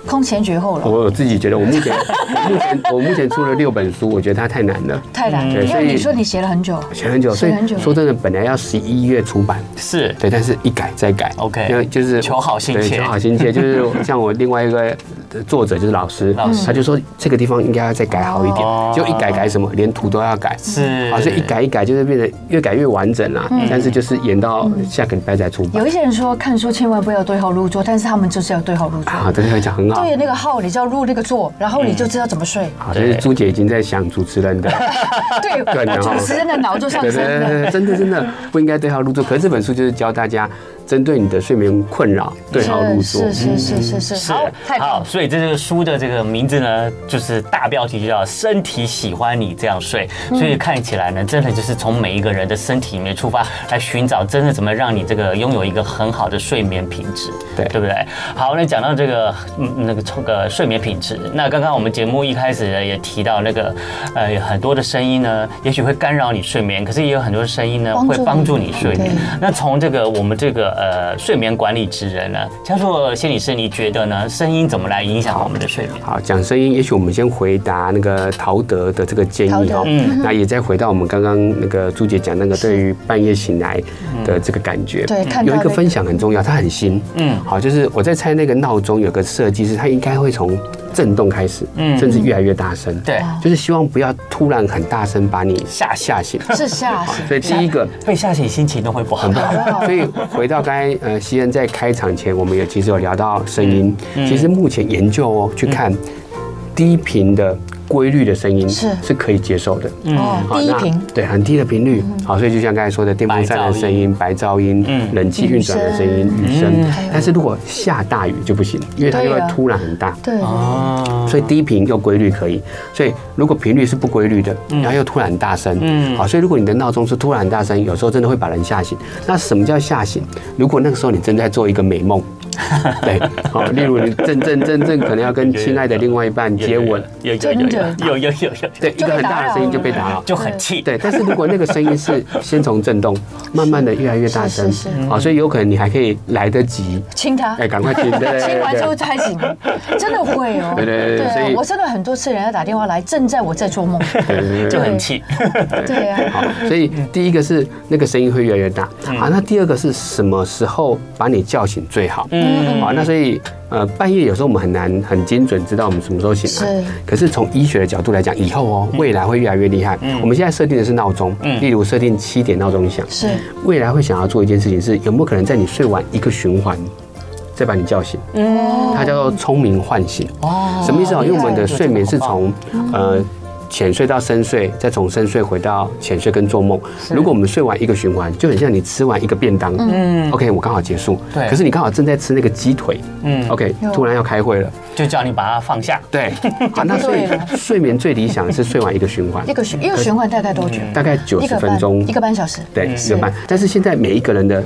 Speaker 1: 空前绝后了，
Speaker 4: 我我自己觉得，我目前我目前我目前出了六本书，我觉得它太难了。
Speaker 1: 太难
Speaker 2: 嗯
Speaker 1: 了。
Speaker 4: 对
Speaker 1: 因
Speaker 4: 所
Speaker 1: 为
Speaker 4: 以
Speaker 1: 你说你写了很久，
Speaker 4: 写很久，所
Speaker 1: 写
Speaker 4: 以
Speaker 1: 很久
Speaker 4: 说真的，本来要十一月出版，
Speaker 2: 是
Speaker 4: 对，但是一改再改
Speaker 2: OK
Speaker 4: 因为就是
Speaker 2: 求好心切
Speaker 4: 对求好心切，就是像我另外一个作者就是老师，
Speaker 2: 老师
Speaker 4: 他就说这个地方应该要再改好一点
Speaker 2: 哦，
Speaker 4: 就一改改什么，连图都要改，
Speaker 2: 是
Speaker 4: 啊，所以一改一改就是变得越改越完整啦，但是就是延到下个礼拜再出版
Speaker 1: 有一些人说看书千万不要对号入座，但是他们就是要对号入座。
Speaker 4: 啊，这个讲很好。
Speaker 1: 对那个号，你就要入那个座，然后你就知道怎么睡。
Speaker 4: 好，就是朱姐已经在想主持人的，
Speaker 1: 对，
Speaker 4: 对然后
Speaker 1: 主持人的脑就上
Speaker 4: 对
Speaker 1: 升
Speaker 4: 哦对
Speaker 1: 了。
Speaker 4: 对，对真的真的不应该对号入座。可是这本书就是教大家针对你的睡眠困扰对号入座，
Speaker 1: 是
Speaker 4: 嗯
Speaker 1: 是是是是是，
Speaker 2: 是
Speaker 1: 好，太棒
Speaker 2: 好，
Speaker 1: 了。
Speaker 2: 所以这个书的这个名字呢，就是大标题就叫“身体喜欢你这样睡”，
Speaker 1: 嗯
Speaker 2: 所以看起来呢，真的就是从每一个人的身体里面出发，来寻找真的怎么让你这个拥有一个很好的睡眠品质，
Speaker 4: 对
Speaker 2: 对不对？好，那讲到这个嗯那个这个睡眠品质，那刚刚我们节目一开始呢也提到那个呃有很多的声音呢，也许会干扰你睡眠，可是也有很多声音呢
Speaker 1: 帮助
Speaker 2: 呃会
Speaker 1: 你
Speaker 2: 帮助你睡眠
Speaker 1: 对。
Speaker 2: 那从这个我们这个呃睡眠管理职人呢，江硕心理师，你觉得呢？声音怎么来影响我们的睡眠？
Speaker 4: 好，讲声音，也许我们先回答那个陶德的这个建
Speaker 1: 陶
Speaker 4: 议
Speaker 1: 德
Speaker 4: 哦，那也再回到我们刚刚那个朱姐讲那个对于半夜醒来的这个感觉，嗯
Speaker 1: 对看到
Speaker 4: 有一
Speaker 1: 那
Speaker 4: 个
Speaker 1: 个
Speaker 4: 分享很重要，它很新，
Speaker 2: 嗯
Speaker 4: 嗯，好，就是我在猜那个闹钟有个设计是它应该会从震动开始，
Speaker 2: 嗯
Speaker 4: 甚至越来越大声。
Speaker 2: 对，
Speaker 4: 就是希望不要突然很大声把你吓吓醒。
Speaker 1: 是吓死。
Speaker 4: 所以第一个
Speaker 2: 被吓醒心情都会不好。
Speaker 4: 所以回到刚才呃，西恩在开场前，我们也其实有聊到声音。其实目前研究哦，去看低频的规律的声音
Speaker 1: 是
Speaker 4: 是可以接受的。
Speaker 1: 哦，
Speaker 4: 好
Speaker 1: 低
Speaker 4: 那
Speaker 1: 频
Speaker 4: 对，很低的频率。好，所以就像刚才说的，电风扇的声音、白噪音、
Speaker 2: 嗯
Speaker 4: 冷气运转的声音、
Speaker 1: 雨
Speaker 4: 雨声
Speaker 2: 嗯。
Speaker 4: 但是如果下大雨就不行，因为它就会
Speaker 1: 对啊
Speaker 4: 突然很大。
Speaker 1: 对，
Speaker 4: 啊
Speaker 2: 哦
Speaker 4: 所以低频又规律可以，所以如果频率是不规律的，
Speaker 1: 嗯
Speaker 4: 然后又突然大声，
Speaker 2: 嗯
Speaker 4: 嗯，好，所以如果你的闹钟是突然大声，有时候真的会把人吓醒。那什么叫吓醒？如果那个时候你正在做一个 美梦，对，好，例如你正正正正可能要跟亲爱的另外一半接吻，，
Speaker 2: 有有有有有有有有，
Speaker 4: 对，一个很大的声音就被打扰，
Speaker 2: 就很气。
Speaker 4: 对，但是如果那个声音是先从震动，慢慢的越来越大声
Speaker 1: 是是是，
Speaker 4: 好，所以有可能你还可以来得及，
Speaker 1: 亲他。
Speaker 4: 哎，赶 快亲，对对对对
Speaker 1: 亲完之后才醒，真的会哦。
Speaker 4: 对对对对
Speaker 1: 啊
Speaker 4: 所以
Speaker 1: 我真的很多次人家打电话来，正在我在做 梦。
Speaker 4: 对对对对
Speaker 2: 就很气，
Speaker 1: 对啊，
Speaker 4: 好，所以第一个是那个声音会越来越大啊，那第二个是什么时候把你叫醒最好？
Speaker 2: 嗯
Speaker 4: 好，那所以呃半夜有时候我们很难很精准知道我们什么时候醒来
Speaker 1: 是，
Speaker 4: 可是从医学的角度来讲，以后哦未来会越来越厉害。我们现在设定的是闹钟，例如设定七点闹钟响，
Speaker 1: 是
Speaker 4: 未来会想要做一件事情是有没有可能在你睡完一个循环再把你叫醒？
Speaker 1: 哦，
Speaker 4: 它叫做聪明唤醒。
Speaker 2: 哦
Speaker 4: 什么意思啊？因为我们的
Speaker 2: 厉害
Speaker 4: 睡眠是从呃浅睡到深睡，再从深睡回到浅睡跟做梦。如果我们睡完一个循环，就很像你吃完一个便当，嗯，OK，我刚好结束，
Speaker 2: 对
Speaker 4: 可是你刚好正在吃那个鸡腿，
Speaker 2: 嗯
Speaker 4: 嗯，OK，突然要开会了，
Speaker 2: 就叫你把它放下。
Speaker 4: 对，好，那所以
Speaker 1: 对了
Speaker 4: 睡眠最理想的是睡完一个循环
Speaker 1: 一，个循一个循环大概多久？
Speaker 4: 嗯大概九
Speaker 1: 一
Speaker 4: 十
Speaker 1: 个
Speaker 4: 分
Speaker 1: 半
Speaker 4: 钟
Speaker 1: 一，个半小时。
Speaker 4: 对，一
Speaker 1: 是
Speaker 4: 个半。但是现在每一个人的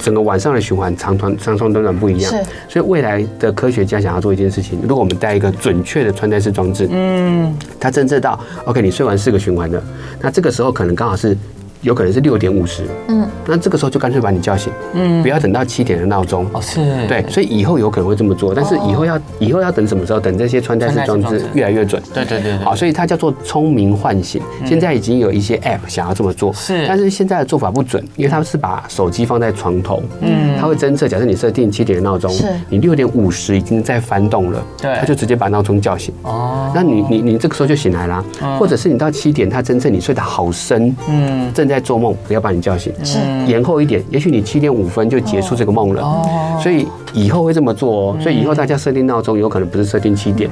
Speaker 4: 整个晚上的循环长短、长长短短不一样
Speaker 1: 是，
Speaker 4: 所以未来的科学家想要做一件事情，如果我们带一个准确的穿戴式装置，
Speaker 2: 嗯，
Speaker 4: 它侦测到，OK，你睡完四个循环了，那这个时候可能刚好是。有可能是六点五十，嗯，那这个时候就干脆把你叫醒，嗯，不要等到七点的闹钟，
Speaker 2: 哦是，
Speaker 4: 对，所以以后有可能会这么做，但是以后要以后要等什么时候？等这些穿戴式
Speaker 2: 穿戴式
Speaker 4: 装
Speaker 2: 装
Speaker 4: 置
Speaker 2: 置
Speaker 4: 越来越准，
Speaker 2: 对对对对嗯
Speaker 4: 好，所以它叫做聪明唤醒。现在已经有一些 App 想要这么做，
Speaker 2: 是
Speaker 4: 但是现在的做法不准，因为它是把手机放在床头，嗯，它会侦测，假设你设定七点的闹钟
Speaker 1: 是，
Speaker 4: 你六点五十已经在翻动了，
Speaker 2: 对
Speaker 4: 它就直接把闹钟叫醒。
Speaker 2: 哦，
Speaker 4: 那你你你这个时候就醒来啦，或者是你到七点，它侦测你睡得好深，
Speaker 2: 嗯，
Speaker 4: 正在做梦，不要把你叫醒，
Speaker 1: 是
Speaker 4: 延后一点，也许你七点五分就结束这个梦
Speaker 2: 哦
Speaker 4: 了。所以以后会这么做哦。
Speaker 2: 嗯
Speaker 4: 所以以后大家设定闹钟，有可能不是设定七点，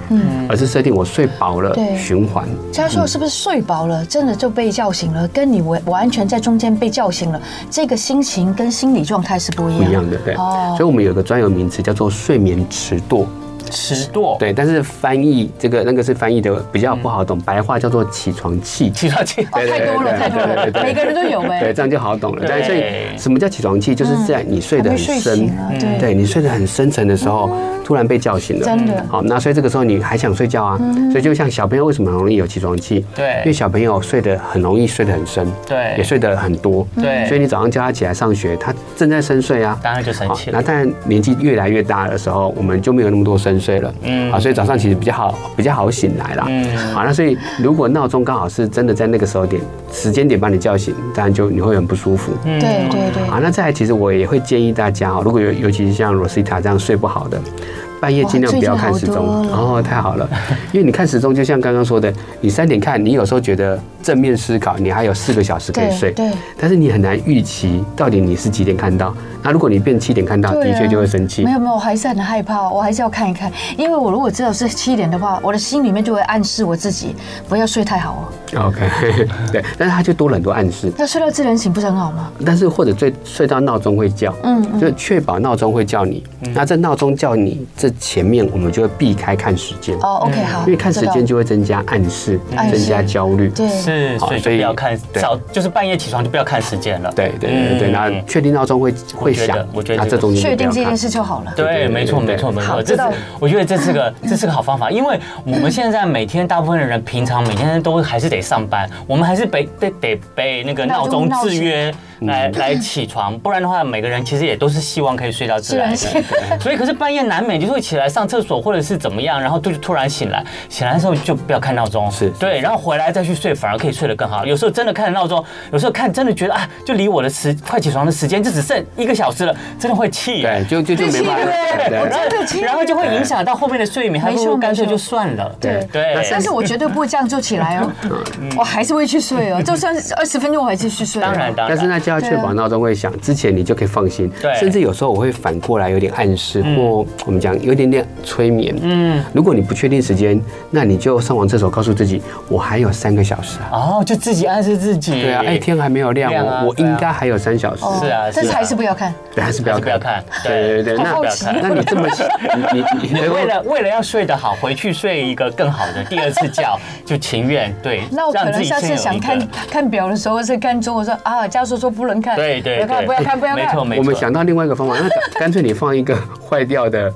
Speaker 4: 而是设定我睡饱了
Speaker 1: 对
Speaker 4: 循环。
Speaker 1: 嘉硕是不是睡饱了，真的就被叫醒了？跟你完完全在中间被叫醒了，这个心情跟心理状态是不一
Speaker 4: 不
Speaker 1: 样。
Speaker 4: 一样的，对，
Speaker 1: 哦
Speaker 4: 所以我们有个专有名词叫做睡眠迟惰，
Speaker 2: 迟惰，，
Speaker 4: 对，但是翻译这个那个是翻译的比较不好懂，白话叫做起床气。
Speaker 2: 嗯起床气，
Speaker 1: 哦，
Speaker 4: 对对
Speaker 1: 太
Speaker 4: 对
Speaker 1: 多了，
Speaker 4: 对
Speaker 1: 太多
Speaker 4: 对对
Speaker 1: 了，
Speaker 4: 对
Speaker 1: 每个人都有哎
Speaker 4: 对，
Speaker 1: 呗。
Speaker 4: 这样就好懂了。
Speaker 2: 对
Speaker 4: 对，所以什么叫起床气？就是在你睡得
Speaker 1: 还
Speaker 4: 很
Speaker 1: 没睡
Speaker 4: 深嗯
Speaker 1: 醒啊对，
Speaker 4: 对你睡得很深沉的时候，突然被叫醒
Speaker 1: 嗯
Speaker 4: 了。
Speaker 1: 真的嗯
Speaker 4: 好，那所以这个时候你还想睡觉啊？所以就像小朋友为什么很容易有起床气？
Speaker 2: 对
Speaker 4: 因为小朋友睡得很容易睡得很深，
Speaker 2: 对
Speaker 4: 也睡得很多，
Speaker 1: 嗯
Speaker 2: 对
Speaker 4: 所以你早上叫他起来上学，他正在深睡啊。
Speaker 2: 当然就生
Speaker 4: 好
Speaker 2: 气
Speaker 4: 那
Speaker 2: 了。
Speaker 4: 当然，年纪越来越大的时候，我们就没有那么多深睡了，
Speaker 2: 嗯
Speaker 4: 嗯，啊，所以早上其实比较好，比较好醒来啦，
Speaker 2: 嗯
Speaker 4: 嗯，好，那所以如果闹钟刚好是真的在那个时候点时间点把你叫醒，当然就你会很不舒服，嗯，
Speaker 1: 对对对
Speaker 4: 啊，，那再来，其实我也会建议大家哦，如果有尤其是像罗西塔这样睡不好的，半夜尽量不要看时钟，
Speaker 1: 哇最近好
Speaker 4: 哦，太好了，因为你看时钟，就像刚刚说的，你三点看，你有时候觉得正面思考，你还有四个小时可以
Speaker 1: 对
Speaker 4: 睡，
Speaker 1: 对
Speaker 4: 但是你很难预期到底你是几点看到。那如果你变七点看到，
Speaker 1: 对
Speaker 4: 的
Speaker 1: 啊
Speaker 4: 确就会生气
Speaker 1: 没。有没有，我还是很害怕，我还是要看一看，因为我如果知道是七点的话，我的心里面就会暗示我自己不要睡太好哦。
Speaker 4: OK，对， 但是它就多了很多暗示。
Speaker 1: 那睡到自然醒不是很好吗？
Speaker 4: 但是或者最睡到闹钟会叫，嗯，就确保闹钟会叫你。那在闹钟叫你这前面，我们就会避开看时间。
Speaker 1: 哦，OK，好，
Speaker 4: 嗯因为看时
Speaker 1: 知道
Speaker 4: 间就会增加暗示，
Speaker 1: 暗示
Speaker 4: 增加焦虑。
Speaker 1: 对，
Speaker 2: 是，所以就不要看早，就是半夜起床就不要看时间了。
Speaker 4: 对对对对，
Speaker 2: 嗯
Speaker 4: 那
Speaker 2: 嗯
Speaker 4: 确定闹钟会会响
Speaker 2: 我觉得我觉得，
Speaker 4: 那
Speaker 2: 这
Speaker 4: 这
Speaker 2: 个
Speaker 4: 中间
Speaker 1: 确
Speaker 4: 就不
Speaker 1: 定
Speaker 4: 要
Speaker 1: 这件
Speaker 4: 看
Speaker 1: 事就好了。
Speaker 2: 对，
Speaker 4: 对
Speaker 2: 没错，
Speaker 4: 对
Speaker 2: 没
Speaker 4: 对
Speaker 2: 错，没错，
Speaker 1: 好
Speaker 2: 这
Speaker 1: 知
Speaker 2: 是
Speaker 1: 道
Speaker 2: 我觉得这是个这是个好方法，因为我们现在每天大部分的人平常每天都还是得上班，我们还是被被得被那个
Speaker 1: 闹
Speaker 2: 闹
Speaker 1: 钟
Speaker 2: 钟
Speaker 1: 闹
Speaker 2: 制
Speaker 1: 醒
Speaker 2: 约。
Speaker 4: 嗯
Speaker 2: 来 来起床，不然的话，每个人其实也都是希望可以睡到自然
Speaker 1: 自然
Speaker 2: 醒。所以，可是半夜难免就是会起来上厕所或者是怎么样，然后就突然醒来，醒来的时候就不要看闹钟，
Speaker 4: 是
Speaker 2: 对，然后回来再去睡，反而可以睡得更好。有时候真的看着闹钟，有时候看真的觉得啊，就离我的时快起床的时间就只剩一个小时了，真的会气。
Speaker 4: 对，就就就没办法。
Speaker 2: 对，然
Speaker 4: 对
Speaker 2: 后然后就会影响到后面的睡眠，还不
Speaker 1: 没
Speaker 2: 如
Speaker 1: 错
Speaker 2: 干脆
Speaker 1: 没
Speaker 2: 就
Speaker 1: 错
Speaker 2: 算了。
Speaker 4: 对
Speaker 2: 对，嗯
Speaker 1: 但是我绝对不会这样就起来 哦，我还是会去睡 哦，就算二十分钟我还继续睡。哦
Speaker 2: 当然，当
Speaker 4: 但是
Speaker 2: 然，
Speaker 4: 那就要确保闹钟会响之前，你就可以放心。
Speaker 2: 对嗯
Speaker 4: 甚至有时候我会反过来有点暗示，或我们讲有一点点催眠。嗯，如果你不确定时间，那你就上完厕所，告诉自己我还有三个小时啊。
Speaker 2: 哦，就自己暗示自己。
Speaker 4: 对啊，哎，天还没有
Speaker 2: 嗯
Speaker 4: 亮
Speaker 2: 亮啊
Speaker 4: 哦，我
Speaker 2: 对啊
Speaker 4: 应该还有三小时。
Speaker 2: 是啊
Speaker 1: 哦但
Speaker 2: 是
Speaker 1: 是
Speaker 2: 啊
Speaker 1: 还是不要看。
Speaker 4: 对，还是不要
Speaker 2: 还是不要看对
Speaker 4: 对对对，
Speaker 1: 好
Speaker 4: 那
Speaker 1: 好奇
Speaker 4: 那你这么你你你
Speaker 2: 你
Speaker 4: 你
Speaker 2: 为了为了要睡得好，回去睡一个更好的第二次觉， 就情愿对，
Speaker 1: 那我可
Speaker 2: 让自
Speaker 1: 能
Speaker 2: 己
Speaker 1: 下
Speaker 2: 先
Speaker 1: 次
Speaker 2: 有一
Speaker 1: 想
Speaker 2: 个
Speaker 1: 看看表的时候是看钟，我说啊，教授说不能看，
Speaker 2: 对对对，
Speaker 1: 不要看，不要看，不要
Speaker 2: 没错
Speaker 1: 看。
Speaker 2: 没错，
Speaker 4: 我们想到另外一个方法，那干干脆你放一个坏掉的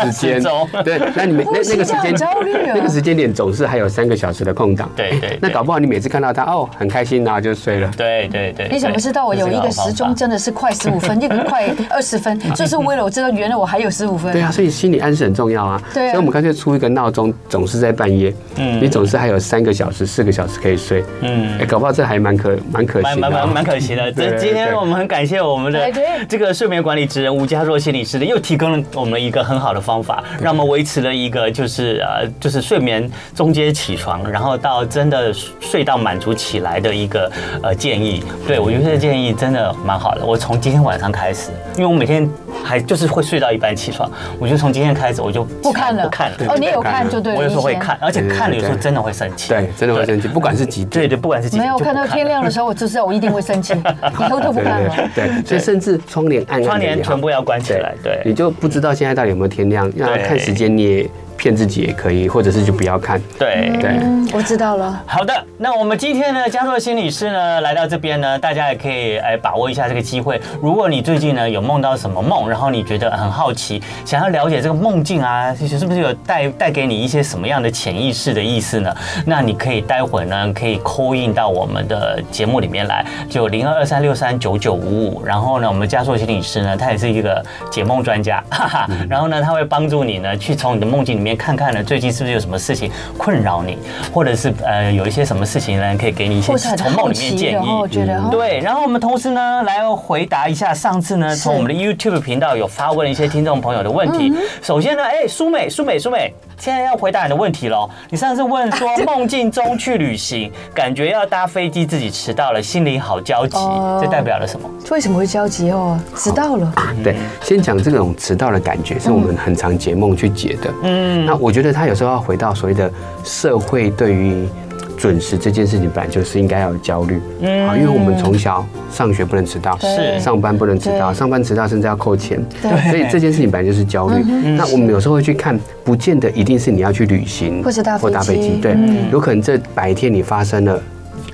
Speaker 4: 时 间
Speaker 2: 时钟，
Speaker 4: 对，那你每那
Speaker 1: 不
Speaker 4: 那
Speaker 1: 行
Speaker 4: 个时
Speaker 1: 这样
Speaker 4: 间
Speaker 1: 很焦虑啊
Speaker 4: 那个时间点总是还有三个小时的空档，
Speaker 2: 对对对
Speaker 4: 那搞不好你每次看到他哦很开心，然后就睡了。
Speaker 2: 对对对，
Speaker 1: 你怎么知道我有一个时钟
Speaker 2: 这
Speaker 1: 真的是快十五 分，一个快二十分，就是为了我知道原来我还有十五分。
Speaker 4: 对 啊，所以心理暗示很重要啊。
Speaker 1: 对啊
Speaker 4: 所以我们干脆出一个闹钟，总是在半夜，你总是还有三个小时、四个小时可以睡，
Speaker 2: 嗯
Speaker 4: 嗯，搞不好这还蛮可蛮可
Speaker 2: 蛮
Speaker 4: 惜的
Speaker 2: 蛮
Speaker 4: 啊。
Speaker 2: 蛮蛮可惜的。
Speaker 4: 对
Speaker 2: 这
Speaker 4: 对
Speaker 2: 今天我们很感谢我们的
Speaker 1: 哎对
Speaker 2: 这个睡眠管理职人吴家若心理师，又提供了我们一个很好的方法，让我们维持了一个就是呃就是睡眠中间起床，然后到真的睡到满足起来的一个呃建议。对我觉
Speaker 4: 嗯
Speaker 2: 得这建议真的蛮好的。我从今天晚上开始，因为我每天还就是会睡到一半起床，我就从今天开始我就
Speaker 1: 不看了，
Speaker 2: 不看了。
Speaker 1: 哦，你有看就对了。
Speaker 2: 我有时候会看，而且
Speaker 4: 对对
Speaker 2: 看了有时候
Speaker 4: 对
Speaker 2: 真的会生气。
Speaker 4: 对，真的会生气，不管是几点
Speaker 2: 对。对，不管是
Speaker 1: 以
Speaker 2: 几
Speaker 1: 前。没有
Speaker 2: 就不
Speaker 1: 看到
Speaker 2: 了
Speaker 1: 天亮的时候，我就知道我一定会生 气，以后都不
Speaker 4: 对
Speaker 1: 看
Speaker 4: 对
Speaker 1: 了。
Speaker 4: 对对，所以甚至窗帘暗暗的也好
Speaker 2: 窗帘全部要关起来对
Speaker 4: 你就不知道现在到底有没有天亮，那
Speaker 2: 对
Speaker 4: 看时间你也骗自己也可以，或者是就不要看。
Speaker 2: 对
Speaker 4: 对，
Speaker 1: 嗯，我知道了。
Speaker 2: 好的，那我们今天呢，嘉若心理师呢来到这边呢，大家也可以哎把握一下这个机会。如果你最近呢有梦到什么梦，然后你觉得很好奇，想要了解这个梦境啊，其实是不是有带带给你一些什么样的潜意识的意思呢？那你可以待会儿呢可以扣印到我们的节目里面来，就零二二三六三九九五五。然后呢，我们嘉硕心理师呢，他也是一个解梦专家， 哈哈。然后呢，他会帮助你呢去从你的梦境里面看看呢最近是不是有什么事情困扰你，或者是呃有一些什么事情呢可以给你一些
Speaker 1: 或是很
Speaker 2: 从梦
Speaker 1: 好
Speaker 2: 里面
Speaker 1: 奇，
Speaker 2: 建
Speaker 1: 然
Speaker 2: 议嗯
Speaker 1: 后。我觉得哦
Speaker 2: 对，然后我们同时呢来回答一下上次呢
Speaker 1: 是嗯
Speaker 2: 从我们的 YouTube 频道有发问一些听众朋友的问题。首先呢，哎，苏美，苏美，苏美，现在要回答你的问题喽。你上次问说梦境中去旅行， 感觉要搭飞机自己迟到了，心里好焦急
Speaker 1: 哦，
Speaker 2: 这代表了什么？
Speaker 1: 为什么会焦急哦？知道了，
Speaker 4: 对，先讲这种迟到的感觉，是我们很常解梦去解的。嗯，那我觉得他有时候要回到所谓的社会对于。准时这件事情本来就是应该要有焦虑，
Speaker 2: 嗯
Speaker 4: 啊，因为我们从小上学不能迟到，
Speaker 1: 对
Speaker 4: 上班不能迟到，
Speaker 1: 对
Speaker 4: 上班迟到甚至要扣钱，
Speaker 1: 对嗯
Speaker 4: 所以这件事情本来就是焦虑。那我们有时候会去看，不见得一定是你要去旅行
Speaker 1: 或是搭飞机
Speaker 4: 对，有可能这白天你发生了。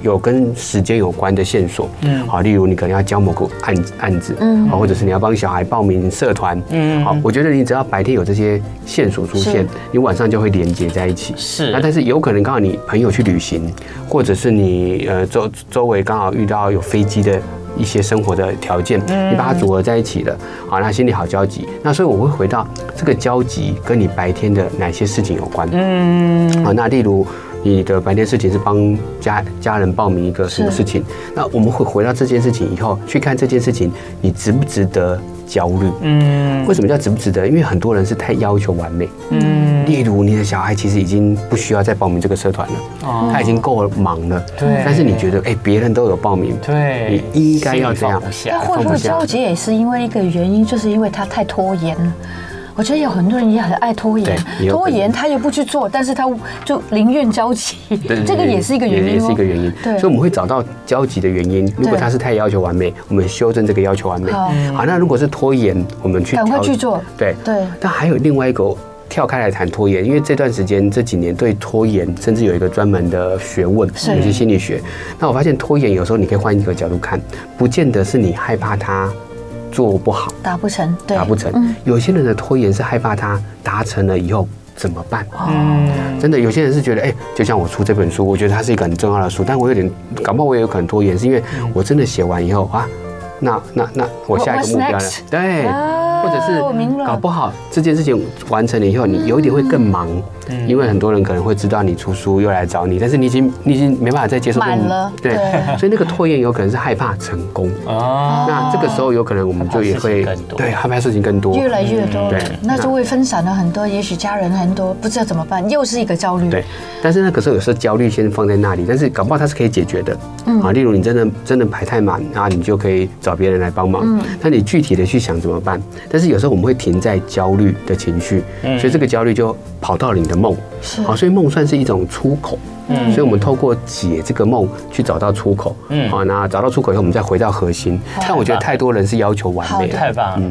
Speaker 4: 有跟时间有关的线索，嗯，好，例如你可能要交某个案案子，嗯，好，或者是你要帮小孩报名社团，嗯，好，我觉得你只要白天有这些线索出现
Speaker 1: 是，
Speaker 4: 你晚上就会连接在一起，
Speaker 2: 是
Speaker 4: 那但是有可能刚好你朋友去旅行，或者是你呃周周围刚好遇到有飞机的一些生活的条件，你把它组合在一起了，好，那心里好焦急。那所以我会回到这个焦急跟你白天的哪些事情有关？嗯，啊，那例如。你的白天事情是帮家家人报名一个什么
Speaker 1: 是
Speaker 4: 事情？那我们会回到这件事情以后，去看这件事情你值不值得焦虑？嗯，为什么叫值不值得？因为很多人是太要求完美。例如你的小孩其实已经不需要再报名这个社团了，他已经够忙了。
Speaker 2: 哦对
Speaker 4: 但是你觉得，哎，别人都有报名，
Speaker 2: 对
Speaker 4: 你应该要这样
Speaker 2: 心里放 不。下
Speaker 1: 他会不会焦急也是因为一个原因，就是因为他太拖延了。我觉得有很多人也很爱拖延，
Speaker 4: 对也有可
Speaker 1: 拖
Speaker 4: 能
Speaker 1: 延他又不去做，但是他就宁愿焦急，
Speaker 4: 对对对
Speaker 1: 这个也是一个原因哦。
Speaker 4: 也是一个原因。
Speaker 1: 对
Speaker 4: 所以我们会找到交集的原因。如果他是太要求完美，我们修正这个要求完美。
Speaker 1: 好
Speaker 4: 好，那如果是拖延，我们去
Speaker 1: 赶快
Speaker 4: 调
Speaker 1: 去做
Speaker 4: 对
Speaker 1: 对
Speaker 4: 但还有另外一个。跳开来谈拖延，因为这段时间这几年对拖延甚至有一个专门的学问，
Speaker 1: 是
Speaker 4: 有些心理学。那我发现拖延有时候你可以换一个角度看，不见得是你害怕它做不好，
Speaker 1: 达不成，对，嗯
Speaker 4: 达不成。有些人的拖延是害怕他达成了以后怎么办？
Speaker 1: 哦
Speaker 4: 真的有些人是觉得，哎、就像我出这本书，我觉得它是一个很重要的书，但我有点，搞不好我也有可能拖延，是因为我真的写完以后啊，那那那我下一个
Speaker 1: What-
Speaker 4: 目
Speaker 1: what's
Speaker 4: 标呢
Speaker 1: next？？
Speaker 4: 对，
Speaker 1: 啊
Speaker 4: 或者
Speaker 1: 我明
Speaker 4: 是
Speaker 1: 了
Speaker 4: 搞不好这件事情完成了以后，你有一点会更忙，因为很多人可能会知道你出书又来找你，但是你已经你已经没办法再接受这种
Speaker 1: 满了
Speaker 4: 对
Speaker 1: 对，
Speaker 4: 所以那个拖延有可能是害怕成功。
Speaker 2: 哦，
Speaker 4: 那这个时候有可能我们就也会
Speaker 2: 害怕事情更多
Speaker 4: 对害怕事情更多，
Speaker 1: 越来越多了
Speaker 4: 对，
Speaker 1: 那就会分散了很多，也许家人很多，不知道怎么办，又是一个焦虑。
Speaker 4: 对，但是那个时候有时候焦虑先放在那里，但是搞不好它是可以解决的。
Speaker 1: 嗯
Speaker 4: 啊，例如你真的真的排太满啊，你就可以找别人来帮忙。
Speaker 1: 嗯
Speaker 4: 那你具体的去想怎么办？但是有时候我们会停在焦虑的情绪，
Speaker 2: 嗯
Speaker 4: 所以这个焦虑就跑到了你的梦。啊
Speaker 1: 是
Speaker 4: 好，所以梦算是一种出口。嗯，所以我们透过解这个梦去找到出口。
Speaker 2: 嗯
Speaker 4: 嗯，好，那找到出口以后，我们再回到核心。但我觉得太多人是要求完美了。
Speaker 2: 太棒了，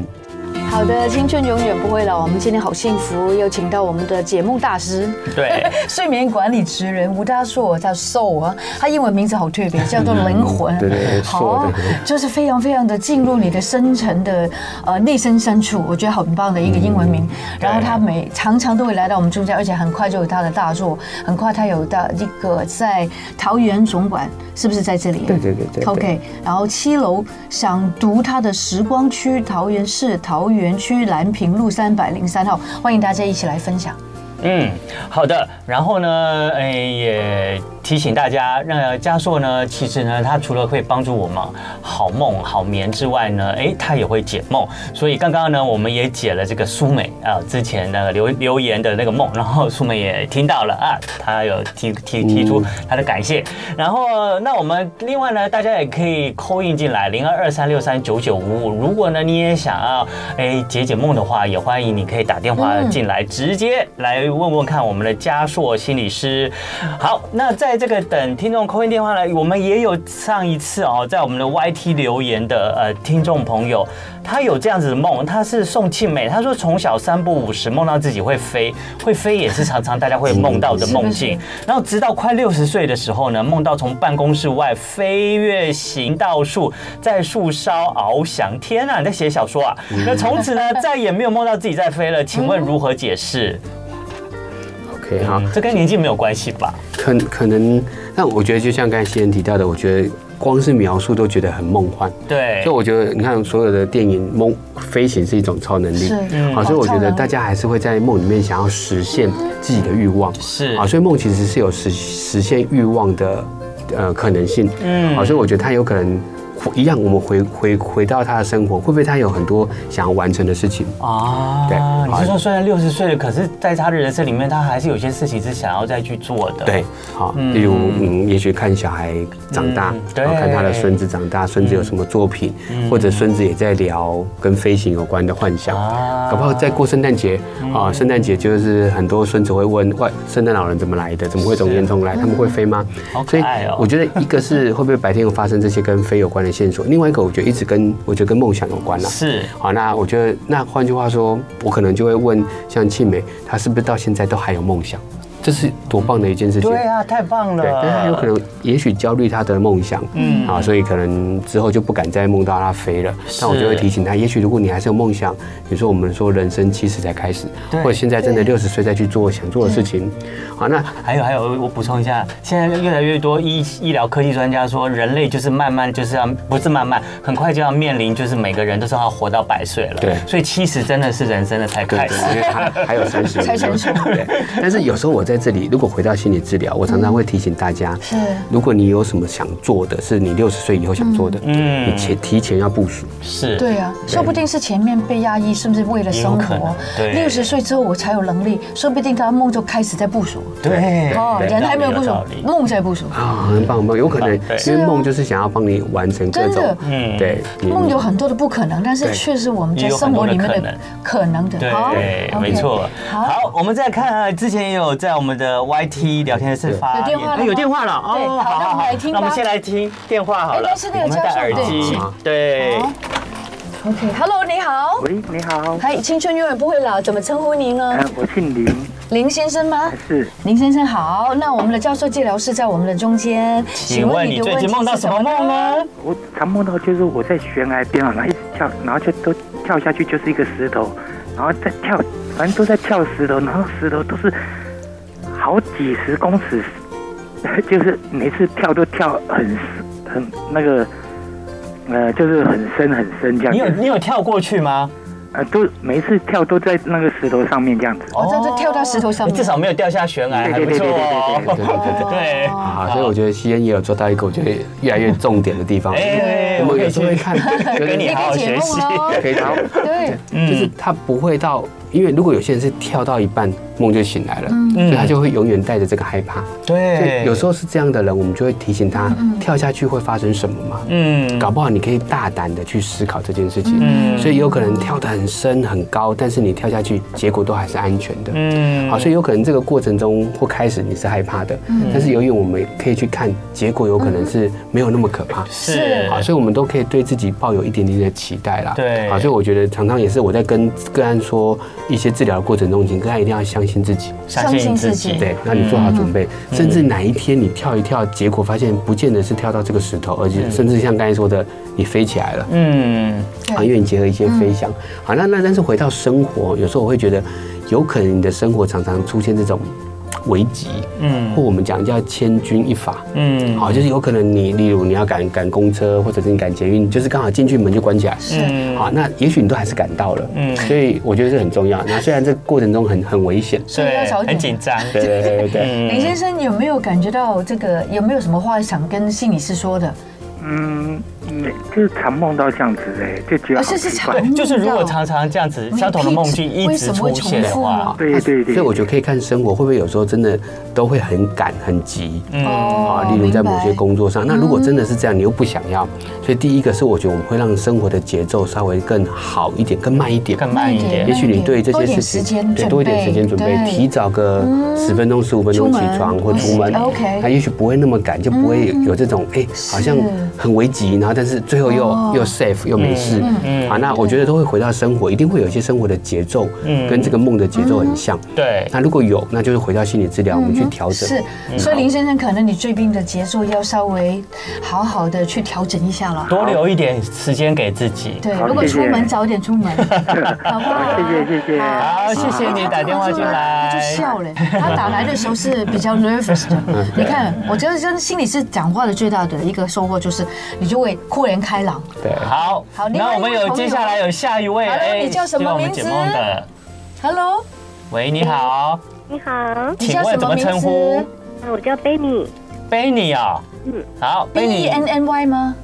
Speaker 1: 好的，青春永远不会老。我们今天好幸福，又请到我们的节目大师，
Speaker 2: 对。
Speaker 1: 睡眠管理职人吴大硕，叫 Soul 啊，他英文名字好特别，叫做灵魂。
Speaker 4: 嗯对对对
Speaker 1: 好啊
Speaker 4: Soul，对，
Speaker 1: 就是非常非常的进入你的深层的呃内心深处，我觉得很棒的一个英文
Speaker 4: 嗯
Speaker 1: 名。然后他每常常都会来到我们中间，而且很快就有他的大作，很快他有大一个在桃园总馆，是不是在这里？啊
Speaker 4: 对对对对对
Speaker 1: OK，然后七楼想读他的《时光区》，桃园市桃园区蓝屏路三百零三号，欢迎大家一起来分享。
Speaker 2: 嗯，好的。然后呢，哎，也提醒大家，那嘉硕呢，其实呢，它除了会帮助我们好梦好眠之外呢，哎，它也会解梦。所以刚刚呢，我们也解了这个苏美啊、之前那个留留言的那个梦，然后苏美也听到了啊，她有提提提出她的感谢。然后，那我们另外呢，大家也可以扣印进来零二二三六三九九五五。如果呢你也想要哎解解梦的话，也欢迎你可以打电话进来，直接来问问看我们的嘉硕心理师。好，那在这个等听众扣印电话呢，我们也有上一次哦，在我们的 YT 留言的呃听众朋友，他有这样子的梦，他是宋庆美，他说从小三不五十梦到自己会飞，会飞也是常常大家会梦到的梦境。然后直到快六十岁的时候呢，梦到从办公室外飞越行道树，在树梢翱翔。天啊，你在写小说啊？
Speaker 4: 嗯
Speaker 2: 那从此呢，再也没有梦到自己在飞了。请问如何解释？啊
Speaker 4: OK，好。
Speaker 2: 这跟年纪没有关系吧？
Speaker 4: 可可能，那我觉得就像刚才先人提到的，我觉得光是描述都觉得很梦幻。
Speaker 2: 对
Speaker 4: 所以，我觉得，你看所有的电影，梦飞行是一种超能力
Speaker 1: 是嗯，
Speaker 4: 好，所以我觉
Speaker 1: 超能
Speaker 4: 得
Speaker 1: 力
Speaker 4: 大家还是会在梦里面想要实现自己的欲望，
Speaker 2: 是
Speaker 4: 啊，所以梦其实是有实实现欲望的呃可能性，
Speaker 2: 嗯
Speaker 4: 嗯，好，所以我觉得他有可能一样，我们回回回到他的生活，会不会他有很多想要完成的事情？
Speaker 2: 啊，
Speaker 4: 对
Speaker 2: 你是说虽然六十岁了，可是在他的人生里面，他还是有些事情是想要再去做的。
Speaker 4: 对，好，例如嗯，也许看小孩长大
Speaker 2: 嗯，对嗯
Speaker 4: 然后看他的孙子长大，孙子有什么作品，或者孙子也在聊跟飞行有关的幻想
Speaker 2: 啊，嗯
Speaker 4: 搞不好在过圣诞节啊，圣诞节就是很多孙子会问，喂，圣诞老人怎么来的？怎么会从烟囱来？他们会飞吗
Speaker 2: 好？可
Speaker 4: 所以
Speaker 2: 爱哦
Speaker 4: 我觉得一个是会不会白天有发生这些跟飞有关的线索，另外一个我觉得一直跟我觉得跟梦想有关啦。
Speaker 2: 是
Speaker 4: 好，那我觉得，那换句话说，我可能就会问，像庆美，她是不是到现在都还有梦想？这是多棒的一件事情。
Speaker 2: 对啊，太棒了。
Speaker 4: 对，但他有可能，也许焦虑他的梦想，
Speaker 2: 嗯
Speaker 4: 嗯啊，所以可能之后就不敢再梦到他飞了。但我就会提醒他，也许如果你还是有梦想，比如说我们说人生七十才开始，
Speaker 2: 对
Speaker 4: 或者现在真的六十岁再去做想做的事情，好，那
Speaker 2: 还有还有，我补充一下，现在越来越多医医疗科技专家说，人类就是慢慢就是要不是慢慢，很快就要面临就是每个人都是要活到百岁了。
Speaker 4: 对
Speaker 2: 所以七十真的是人生的才
Speaker 4: 对
Speaker 2: 开始
Speaker 4: 对。，因为他还有 三十
Speaker 1: 才成熟
Speaker 4: 对，但是有时候我在这里，如果回到心理治疗，我常常会提醒大家，
Speaker 2: 嗯
Speaker 1: 是
Speaker 4: 如果你有什么想做的，是你六十岁以后想做的，
Speaker 2: 嗯
Speaker 4: 嗯，你前提前要部署。
Speaker 2: 是，
Speaker 1: 对啊，说不定是前面被压抑，是不是为了生
Speaker 2: 也有可能
Speaker 1: 活？
Speaker 2: 对
Speaker 1: 六十岁之后我才有能力，说不定他梦就开始在部署。
Speaker 2: 对，
Speaker 1: 哦，
Speaker 2: 对
Speaker 1: 人还没有部署
Speaker 2: 道理，道理
Speaker 1: 梦在部署。
Speaker 4: 啊，很棒很棒，有可能
Speaker 2: 很棒对，哦
Speaker 4: 因
Speaker 1: 是
Speaker 4: 为
Speaker 1: 啊
Speaker 4: 梦就是想要帮你完成各
Speaker 1: 真
Speaker 4: 种
Speaker 1: 的，
Speaker 2: 嗯
Speaker 4: 对，你
Speaker 1: 梦有很多的不可能，但是
Speaker 4: 对
Speaker 1: 却是我们在
Speaker 2: 也有很
Speaker 1: 生
Speaker 2: 多
Speaker 1: 活
Speaker 2: 的
Speaker 1: 里面
Speaker 2: 可
Speaker 1: 的
Speaker 2: 能
Speaker 1: 可能的。好
Speaker 2: 对，
Speaker 1: OK
Speaker 2: 没错。
Speaker 1: 好，
Speaker 2: 好，我们再看啊，之前也有在我们的 YT 聊天室发言
Speaker 1: 有电话了吗
Speaker 2: 哎有电话了
Speaker 1: 对
Speaker 2: 哦，
Speaker 1: 好那我们来听吧
Speaker 2: 那我们先来听电话好
Speaker 1: 哎
Speaker 2: 了
Speaker 1: 但是那，个
Speaker 2: 我们
Speaker 1: 教
Speaker 2: 戴
Speaker 1: 授
Speaker 2: 耳
Speaker 1: 对
Speaker 2: 机
Speaker 4: 是，
Speaker 2: 对，
Speaker 1: OK，Hello，你好。
Speaker 5: 喂，你好，
Speaker 1: 嗨，青春永远不会老，怎么称呼您呢？
Speaker 5: 呃，我姓林，
Speaker 1: 林先生吗？
Speaker 5: 是
Speaker 1: 林先生好，那我们的教授治疗师在我们的中间，
Speaker 2: 请问你最近梦到什么梦呢？
Speaker 5: 我常梦到就是我在悬崖边啊，然后一直跳，然后就都跳下去，就是一个石头，然后再跳，反正都在跳石头，然后石头都是好几十公尺，就是每次跳都跳很很那个，呃，就是很深很深这样
Speaker 2: 你有
Speaker 5: 子，
Speaker 2: 你有跳过去吗？
Speaker 5: 呃，都每次跳都在那个石头上面这样子。
Speaker 1: 哦这这跳到石头上面
Speaker 2: 哎哦至少没有掉下悬崖，还
Speaker 5: 对
Speaker 2: 不
Speaker 5: 对对
Speaker 2: 错哦。
Speaker 5: 对
Speaker 4: 对对对对
Speaker 2: 对，
Speaker 4: 啊，所以我觉得吸烟也有做到一个我觉得越来越重点的地方。
Speaker 2: 哎，我
Speaker 4: 我们
Speaker 2: 可
Speaker 4: 有
Speaker 2: 以
Speaker 4: 时候会
Speaker 2: 去
Speaker 4: 看，觉
Speaker 2: 跟
Speaker 4: 得
Speaker 2: 你好好嗯学习。
Speaker 4: 可以
Speaker 5: 然
Speaker 4: 聊
Speaker 5: 后。
Speaker 1: 哦对，
Speaker 4: 就是他不会到，因为如果有些人是跳到一半梦就醒来了，
Speaker 2: 嗯
Speaker 4: 所以他就会永远带着这个害怕。所
Speaker 2: 对
Speaker 4: 以，有时候是这样的人，我们就会提醒他，跳下去会发生什么嘛？
Speaker 2: 嗯
Speaker 4: 搞不好你可以大胆的去思考这件事情。
Speaker 2: 嗯
Speaker 4: 所以有可能跳得很深很高，但是你跳下去，结果都还是安全的。
Speaker 2: 嗯
Speaker 4: 好，所以有可能这个过程中或开始你是害怕的，但是由于我们可以去看，结果有可能是没有那么可怕。
Speaker 2: 嗯是
Speaker 4: 好，所以我们都可以对自己抱有一点点的期待啦。
Speaker 2: 对
Speaker 4: 好，所以我觉得常常也是我在跟个案说一些治疗的过程中，请个案一定要相信自己，
Speaker 2: 相信自己，
Speaker 4: 对，嗯那你做好准备，甚至哪一天你跳一跳，结果发现不见得是跳到这个石头，而且甚至像刚才说的，你飞起来了。
Speaker 2: 嗯，
Speaker 4: 啊，因为你结合一些飞翔。好，那那但是回到生活，有时候我会觉得，有可能你的生活常常出现这种危急，
Speaker 2: 嗯
Speaker 4: 嗯，或我们讲叫千钧一发，
Speaker 2: 嗯
Speaker 4: 嗯，好，就是有可能你，例如你要赶赶公车，或者是你赶捷运，就是刚好进去门就关起来，
Speaker 2: 嗯
Speaker 4: 好，那也许你都还是赶到了，
Speaker 2: 嗯
Speaker 4: 嗯，所以我觉得这很重要。那虽然这个过程中很很危险，
Speaker 1: 所以要
Speaker 2: 对
Speaker 1: 找，
Speaker 2: 很
Speaker 1: 点。
Speaker 2: 紧张，
Speaker 4: 对对对对对，
Speaker 1: 林先生有没有感觉到这个？有没有什么话想跟心理师说的？
Speaker 5: 嗯，就是常梦到这样子哎，就觉得好
Speaker 1: 哦不是是嗯
Speaker 5: 奇
Speaker 1: 常
Speaker 5: 怪。
Speaker 2: 对，就是如果常常这样子相同的梦境一直出现的话，
Speaker 5: 对对对，
Speaker 4: 所以我觉得可以看生活会不会有时候真的都会很赶很急，
Speaker 1: 哦
Speaker 4: 啊，例如在某些
Speaker 1: 明白嗯
Speaker 4: 工作上。那如果真的是这样，你又不想要，所以第一个是我觉得我们会让生活的节奏稍微更好一点，更慢一点。
Speaker 2: 更慢一点
Speaker 4: 也，许你对这
Speaker 1: 多一
Speaker 4: 些
Speaker 1: 点
Speaker 4: 事
Speaker 1: 时间
Speaker 4: 情，对
Speaker 1: 准
Speaker 4: 多一点时间
Speaker 1: 备
Speaker 4: 准备
Speaker 1: 对，嗯
Speaker 4: 提早个十分钟、十五分钟
Speaker 1: 出
Speaker 4: 起
Speaker 1: 门
Speaker 4: 床或出门
Speaker 1: 嗯，OK，嗯
Speaker 4: 那也许不会那么赶，就不会有这种哎，好像
Speaker 1: 是
Speaker 4: 很危急，然后但是最后又
Speaker 1: 哦
Speaker 4: 又 safe 又没事
Speaker 2: 嗯嗯，
Speaker 4: 啊，那我觉得都会回到生活，一定会有一些生活的节奏
Speaker 2: 嗯
Speaker 4: 跟这个梦的节奏很像。
Speaker 2: 对，
Speaker 4: 那如果有，那就是回到心理治疗，我们去调整。
Speaker 1: 是，
Speaker 2: 嗯
Speaker 1: 所以林先生可能你追病的节奏要稍微好好的去调整一下了。
Speaker 2: 多留一点时间给自己。
Speaker 1: 对，
Speaker 5: 好
Speaker 1: 如果
Speaker 5: 谢
Speaker 1: 出
Speaker 5: 谢
Speaker 1: 门早点出 门，好不好？
Speaker 5: 谢谢谢
Speaker 1: 哦
Speaker 5: 谢
Speaker 2: 好谢谢你打电话进来
Speaker 1: 他就笑了。他打来的时候是比较 nervous 的。
Speaker 2: 嗯
Speaker 1: 你看，我觉得跟心理师讲话的最大的一个收获就是，你就会豁然开朗。
Speaker 4: 对，
Speaker 2: 好，那我们有接下来有下一位，哎解梦的，
Speaker 1: Hello，
Speaker 2: 喂，你好，
Speaker 6: 你好，
Speaker 1: 你
Speaker 2: 请
Speaker 1: 叫什
Speaker 2: 问怎
Speaker 1: 么
Speaker 2: 么
Speaker 1: 名
Speaker 2: 称
Speaker 1: 字
Speaker 2: 呼
Speaker 6: 那我叫 Benny，
Speaker 2: ？Benny 啊，
Speaker 6: 嗯
Speaker 2: 好
Speaker 1: ？B E
Speaker 2: ，Benny，
Speaker 1: N N Y 吗？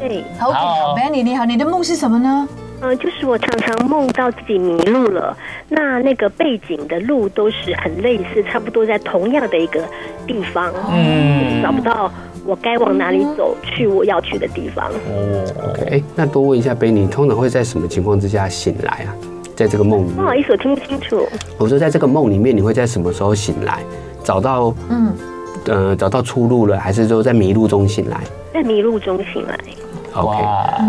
Speaker 6: 对，
Speaker 1: 好
Speaker 2: 好
Speaker 1: ，Benny 你好，你的梦是什么呢？
Speaker 6: 呃，就是我常常梦到自己迷路了，那那个背景的路都是很类似，差不多在同样的一个地方，
Speaker 2: 嗯
Speaker 6: 找不到我该往哪里走，去我要去的地方。
Speaker 4: OK，哎，那多问一下贝尼，通常会在什么情况之下醒来啊？在这个梦里
Speaker 6: 不好
Speaker 4: 面，
Speaker 6: 意思，我听不清楚。
Speaker 4: 我说在这个梦里面，你会在什么时候醒来？找到
Speaker 1: 嗯，
Speaker 4: 呃找到出路了，还是说在迷路中醒来
Speaker 6: 在迷路中醒来，
Speaker 2: 哇，
Speaker 4: ？OK，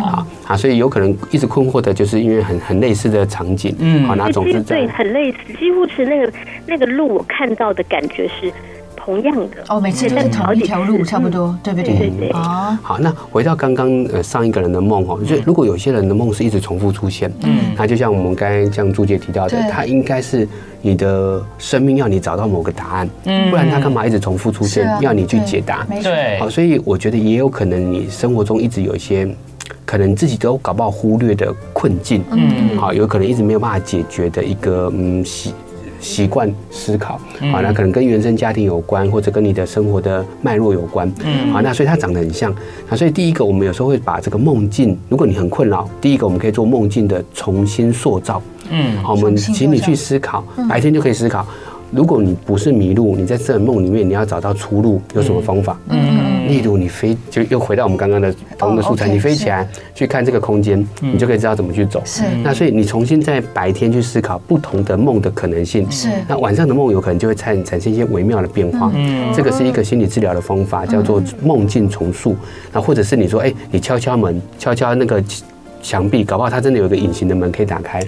Speaker 4: 好啊，所以有可能一直困惑的就是因为很很类似的场景，
Speaker 2: 嗯
Speaker 4: 嗯，好，那总
Speaker 6: 对
Speaker 4: 之
Speaker 6: 对对，
Speaker 4: 在
Speaker 6: 很类似，几乎是那个那个路，我看到的感觉是同样的。
Speaker 1: 哦，每次都是同一条路，差不多，对不
Speaker 6: 对对
Speaker 1: 对？
Speaker 6: 对，
Speaker 1: 啊，
Speaker 4: 好，那回到刚刚呃上一个人的梦
Speaker 1: 嗯
Speaker 4: 哦，就如果有些人的梦是一直重复出现，嗯，那就像我们刚才像朱姐提到的
Speaker 1: 对，
Speaker 4: 他应该是你的生命要你找到某个答案，
Speaker 2: 嗯
Speaker 4: 不然他干嘛一直重复出
Speaker 1: 是
Speaker 4: 现
Speaker 1: 啊，
Speaker 4: 要你去解答？
Speaker 1: 没错，
Speaker 2: 对
Speaker 4: 好，，所以我觉得也有可能你生活中一直有一些。可能自己都搞不好忽略的困境，嗯，好，有可能一直没有办法解决的一个嗯习习惯思考，好，那可能跟原生家庭有关，或者跟你的生活的脉络有关，嗯，好，那所以它长得很像，那所以第一个我们有时候会把这个梦境，如果你很困扰，第一个我们可以做梦境的重新塑造，
Speaker 2: 嗯
Speaker 4: 好，我们
Speaker 1: 重新嗯
Speaker 4: 请你
Speaker 1: 做
Speaker 4: 去
Speaker 1: 这
Speaker 4: 思考，白天就可以思考。如果你不是迷路，你在这个梦里面你要找到出路，有什么方法？嗯，例如你飞，就又回到我们刚刚的同一个素材，
Speaker 1: OK，
Speaker 4: 你飞起来去看这个空间，你就可以知道怎么去走。
Speaker 1: 嗯是
Speaker 4: 那所以你重新在白天去思考不同的梦的可能性。
Speaker 1: 是
Speaker 4: 那晚上的梦有可能就会产产生一些微妙的变化。嗯，这个是一个心理治疗的
Speaker 1: 嗯
Speaker 4: 方法，叫做梦境重塑。那或者是你说，哎，你敲敲门，敲敲那个。墙壁，搞不好它真的有一个隐形的门可以打开。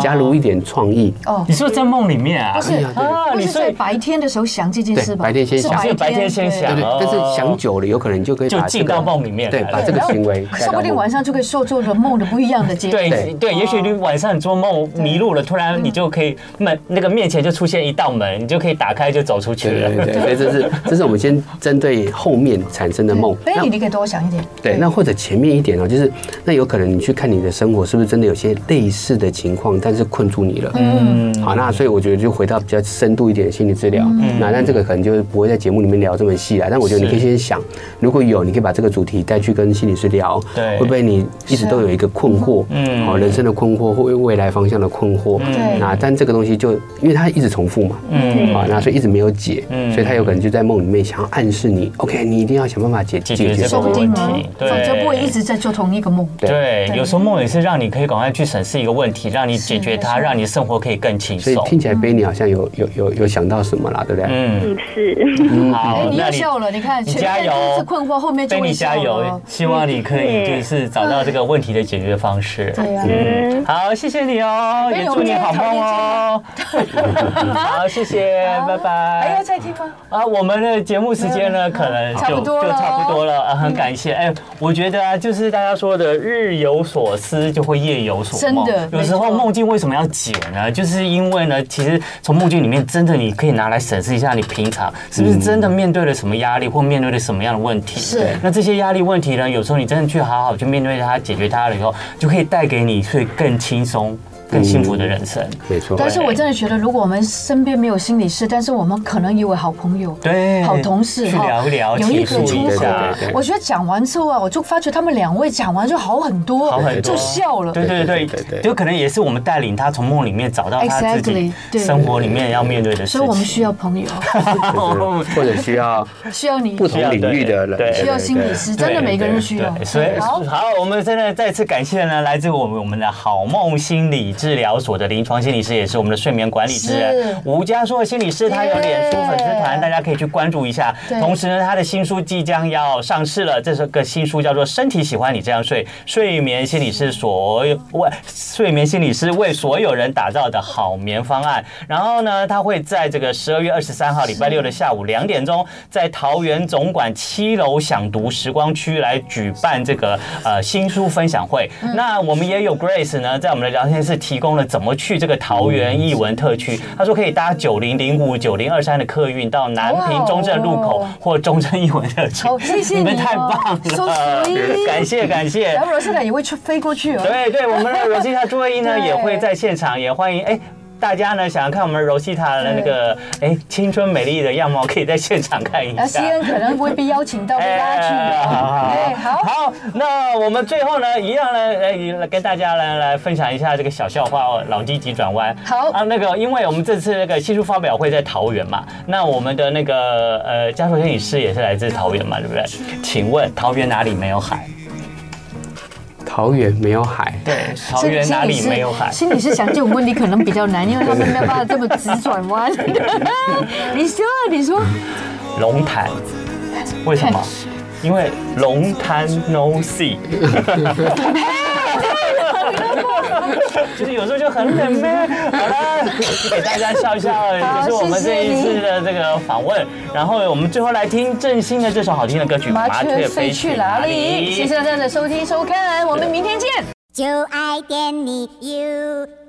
Speaker 4: 加入一点创意，
Speaker 1: 嗯哦
Speaker 2: 你，是不是在梦里面啊？
Speaker 1: 不是
Speaker 4: 哎呀对
Speaker 2: 啊，
Speaker 1: 不
Speaker 2: 你
Speaker 1: 是
Speaker 2: 所
Speaker 1: 在
Speaker 2: 以
Speaker 1: 白天的时候想这件事吧？
Speaker 4: 对白天先
Speaker 1: 是
Speaker 4: 想
Speaker 2: 是白天先
Speaker 1: 对
Speaker 2: 想
Speaker 4: 对不对
Speaker 2: 哦？
Speaker 4: 但是想久了，有可能你就可以
Speaker 2: 就
Speaker 4: 把这
Speaker 2: 进
Speaker 4: 个
Speaker 2: 到梦里面来
Speaker 4: 对，
Speaker 2: 了
Speaker 4: 把这个行为带到梦里，
Speaker 1: 说不定晚上哎就可以做做的梦的不一样的结局。
Speaker 2: 对
Speaker 4: 对
Speaker 2: 对，也许你晚上你做梦迷路了，突然你就可以门那个面前就出现一道门，你就可以打开就走出去
Speaker 4: 对
Speaker 2: 了。
Speaker 4: 对对，所以这是这是我们先针对后面产生的梦。那
Speaker 1: 哎 Baby，你可以多想一点。
Speaker 4: 对，那或者前面一点哦，就是那有可能你去看你的生活是不是真的有些类似的情况，但是困住你了。嗯，好，那所以我觉得就回到比较深度一点的心理治疗。那但这个可能就是不会在节目里面聊这么细啦，但我觉得你可以先想，如果有，你可以把这个主题带去跟心理师聊，
Speaker 2: 对
Speaker 4: 会不会你一直都有一个困惑，
Speaker 2: 嗯
Speaker 4: 嗯，哦，人生的困惑或未来方向的困惑，
Speaker 1: 对
Speaker 4: 那但这个东西就因为它一直重复嘛，
Speaker 2: 嗯
Speaker 4: 啊，那所以一直没有解，
Speaker 2: 嗯
Speaker 4: 所以他有可能就在梦里面想要暗示你，OK，你一定要想办法解解
Speaker 2: 解决
Speaker 4: 决
Speaker 2: 这
Speaker 4: 这
Speaker 2: 个
Speaker 4: 个
Speaker 1: 说
Speaker 4: 问
Speaker 1: 不
Speaker 4: 题。
Speaker 1: 定
Speaker 2: 问
Speaker 1: 哦
Speaker 2: 题，对
Speaker 1: 否则不会一直在做同一个梦。
Speaker 4: 对
Speaker 2: 对，有时候梦也是让你可以赶快去审视一个问题，让你解决
Speaker 1: 是
Speaker 2: 它，
Speaker 1: 没错
Speaker 2: 让你生活可以更轻
Speaker 4: 所以
Speaker 2: 松。
Speaker 4: 听起来 Benny 好像有有有有想到什么啦，对不对？
Speaker 2: 嗯，
Speaker 6: 嗯，是。
Speaker 2: 好
Speaker 4: 嗯
Speaker 1: 哎，，你
Speaker 2: 那
Speaker 1: 又
Speaker 2: 你
Speaker 1: 笑了，你看，
Speaker 2: 你
Speaker 1: 前
Speaker 2: 加
Speaker 1: 面都
Speaker 2: 油
Speaker 1: 是困惑，后面就
Speaker 2: 贝
Speaker 1: 会
Speaker 2: 你
Speaker 1: 笑
Speaker 2: 加油
Speaker 1: 了，。
Speaker 2: 希望你可以就是找到这个问题的解决方式。
Speaker 1: 对啊哎呀，
Speaker 6: 嗯
Speaker 2: 好，谢谢你哦，
Speaker 1: 贝
Speaker 2: 也
Speaker 1: 我
Speaker 2: 祝
Speaker 1: 们
Speaker 2: 你
Speaker 1: 今天
Speaker 2: 好梦哦。 好，谢谢，拜
Speaker 1: 还
Speaker 2: 拜
Speaker 1: 要。再听吗？
Speaker 2: 啊，我们的节目时间呢，可能
Speaker 1: 差
Speaker 2: 就
Speaker 1: 不多
Speaker 2: 就
Speaker 1: 了嗯
Speaker 2: 差不多了，啊很感谢。哎，我觉得啊，就是大家说的“日有所思，就会夜有所梦”。
Speaker 1: 真的
Speaker 2: 有时
Speaker 1: 没
Speaker 2: 候
Speaker 1: 错
Speaker 2: 梦境为什么要解呢？就是因为呢，其实从梦境里面真的你可以拿来审视一下你平常是不是真的面对了什么压力，或面对了什么样的问题。
Speaker 1: 是
Speaker 2: 那这些压力问题呢，有时候你真的去好好去面对它、解决它了以后，就可以带给你会更轻松、更幸福的人生。
Speaker 1: 嗯
Speaker 4: 没错。
Speaker 1: 但是我真的觉得，如果我们身边没有心理师，但是我们可能有好朋友、
Speaker 2: 对
Speaker 1: 好同事
Speaker 2: 去聊一聊
Speaker 1: 有一
Speaker 2: 倾
Speaker 1: 个
Speaker 2: 诉
Speaker 1: 出
Speaker 2: 一
Speaker 1: 口
Speaker 2: 下。
Speaker 4: 对
Speaker 1: 我觉得讲完之后啊，我就发觉他们两位讲完就好很多，
Speaker 2: 好很多
Speaker 1: 就笑了。
Speaker 2: 对对对
Speaker 4: 对对
Speaker 2: 对，
Speaker 4: 对
Speaker 2: 就可能也是我们带领他从梦里面找到他自己
Speaker 1: Exactly，对
Speaker 2: 生活里面要面对的事情。
Speaker 1: 所以我们需要朋 友，
Speaker 4: 就是或者需要
Speaker 1: 需要你
Speaker 4: 不，同领域的
Speaker 2: 对
Speaker 4: 人，
Speaker 1: 需要心理师，真的每个人需要
Speaker 2: 对，。所以
Speaker 1: 好，
Speaker 2: 好，我们真的再次感谢呢，来自我们我们的好梦心理治疗所的临床心理师，也是我们的睡眠管理之人
Speaker 1: 是
Speaker 2: 吴家硕心理师，他有脸书粉丝团，大家可以去关注一下。
Speaker 1: 对
Speaker 2: 同时呢，他的新书即将要上市了，这是个新书叫做《身体喜欢你这样睡》，睡眠心理师所有为睡眠心理师为所有人打造的好眠方案。然后呢，他会在这个十二月二十三号礼拜六的下午两点钟，在桃园总馆七楼享读时光区来举办这个呃新书分享会。
Speaker 1: 嗯
Speaker 2: 那我们也有 Grace 呢，在我们的聊天室提供了怎么去这个桃园艺文特区。他说可以搭九零零五、九零二三的客运到南平中正路口
Speaker 1: 哇哦
Speaker 2: 或中正艺文特区。
Speaker 1: 好谢谢
Speaker 2: 们
Speaker 1: 你哦
Speaker 2: 太棒
Speaker 1: So
Speaker 2: 了，
Speaker 1: sweet
Speaker 2: 感谢感谢
Speaker 1: 然。后罗斯塔也会出飞过去哦。
Speaker 2: 对对，我们 的柔西塔朱慧英呢
Speaker 1: 对
Speaker 2: 也会在现场，也欢迎哎。大家呢想要看我们柔西塔的那个哎青春美丽的样貌，可以在现场看一
Speaker 1: 那
Speaker 2: 下
Speaker 1: 啊西。恩可能会被邀请到被拉去的。
Speaker 2: 哎
Speaker 1: 哎，好，
Speaker 2: 好，那我们最后呢，一样呢，来跟大家来来分享一下这个小笑话哦，脑筋急转弯。
Speaker 1: 好
Speaker 2: 啊，那个，因为我们这次那个新书发表会在桃园嘛，那我们的那个呃，家属心理师也是来自桃园嘛，对不对？请问桃园哪里没有海？
Speaker 4: 桃园没有海，
Speaker 2: 对，桃园哪里没有海？
Speaker 1: 心理是想这种问题可能比较难，因为他们没有办法这么直转弯。你说，你说，
Speaker 2: 龙潭，为什么？因为龙潭 no sea。就是有时候就很冷呗。好了，给大家笑笑，
Speaker 1: 好
Speaker 2: 就是我们这一
Speaker 1: 谢谢
Speaker 2: 次
Speaker 1: 你
Speaker 2: 的这个访问。然后我们最后来听郑兴的这首好听的歌曲《
Speaker 1: 麻雀飞去哪里？谢谢大家的收听收看，我们明天见。
Speaker 7: 就爱点你 UFO。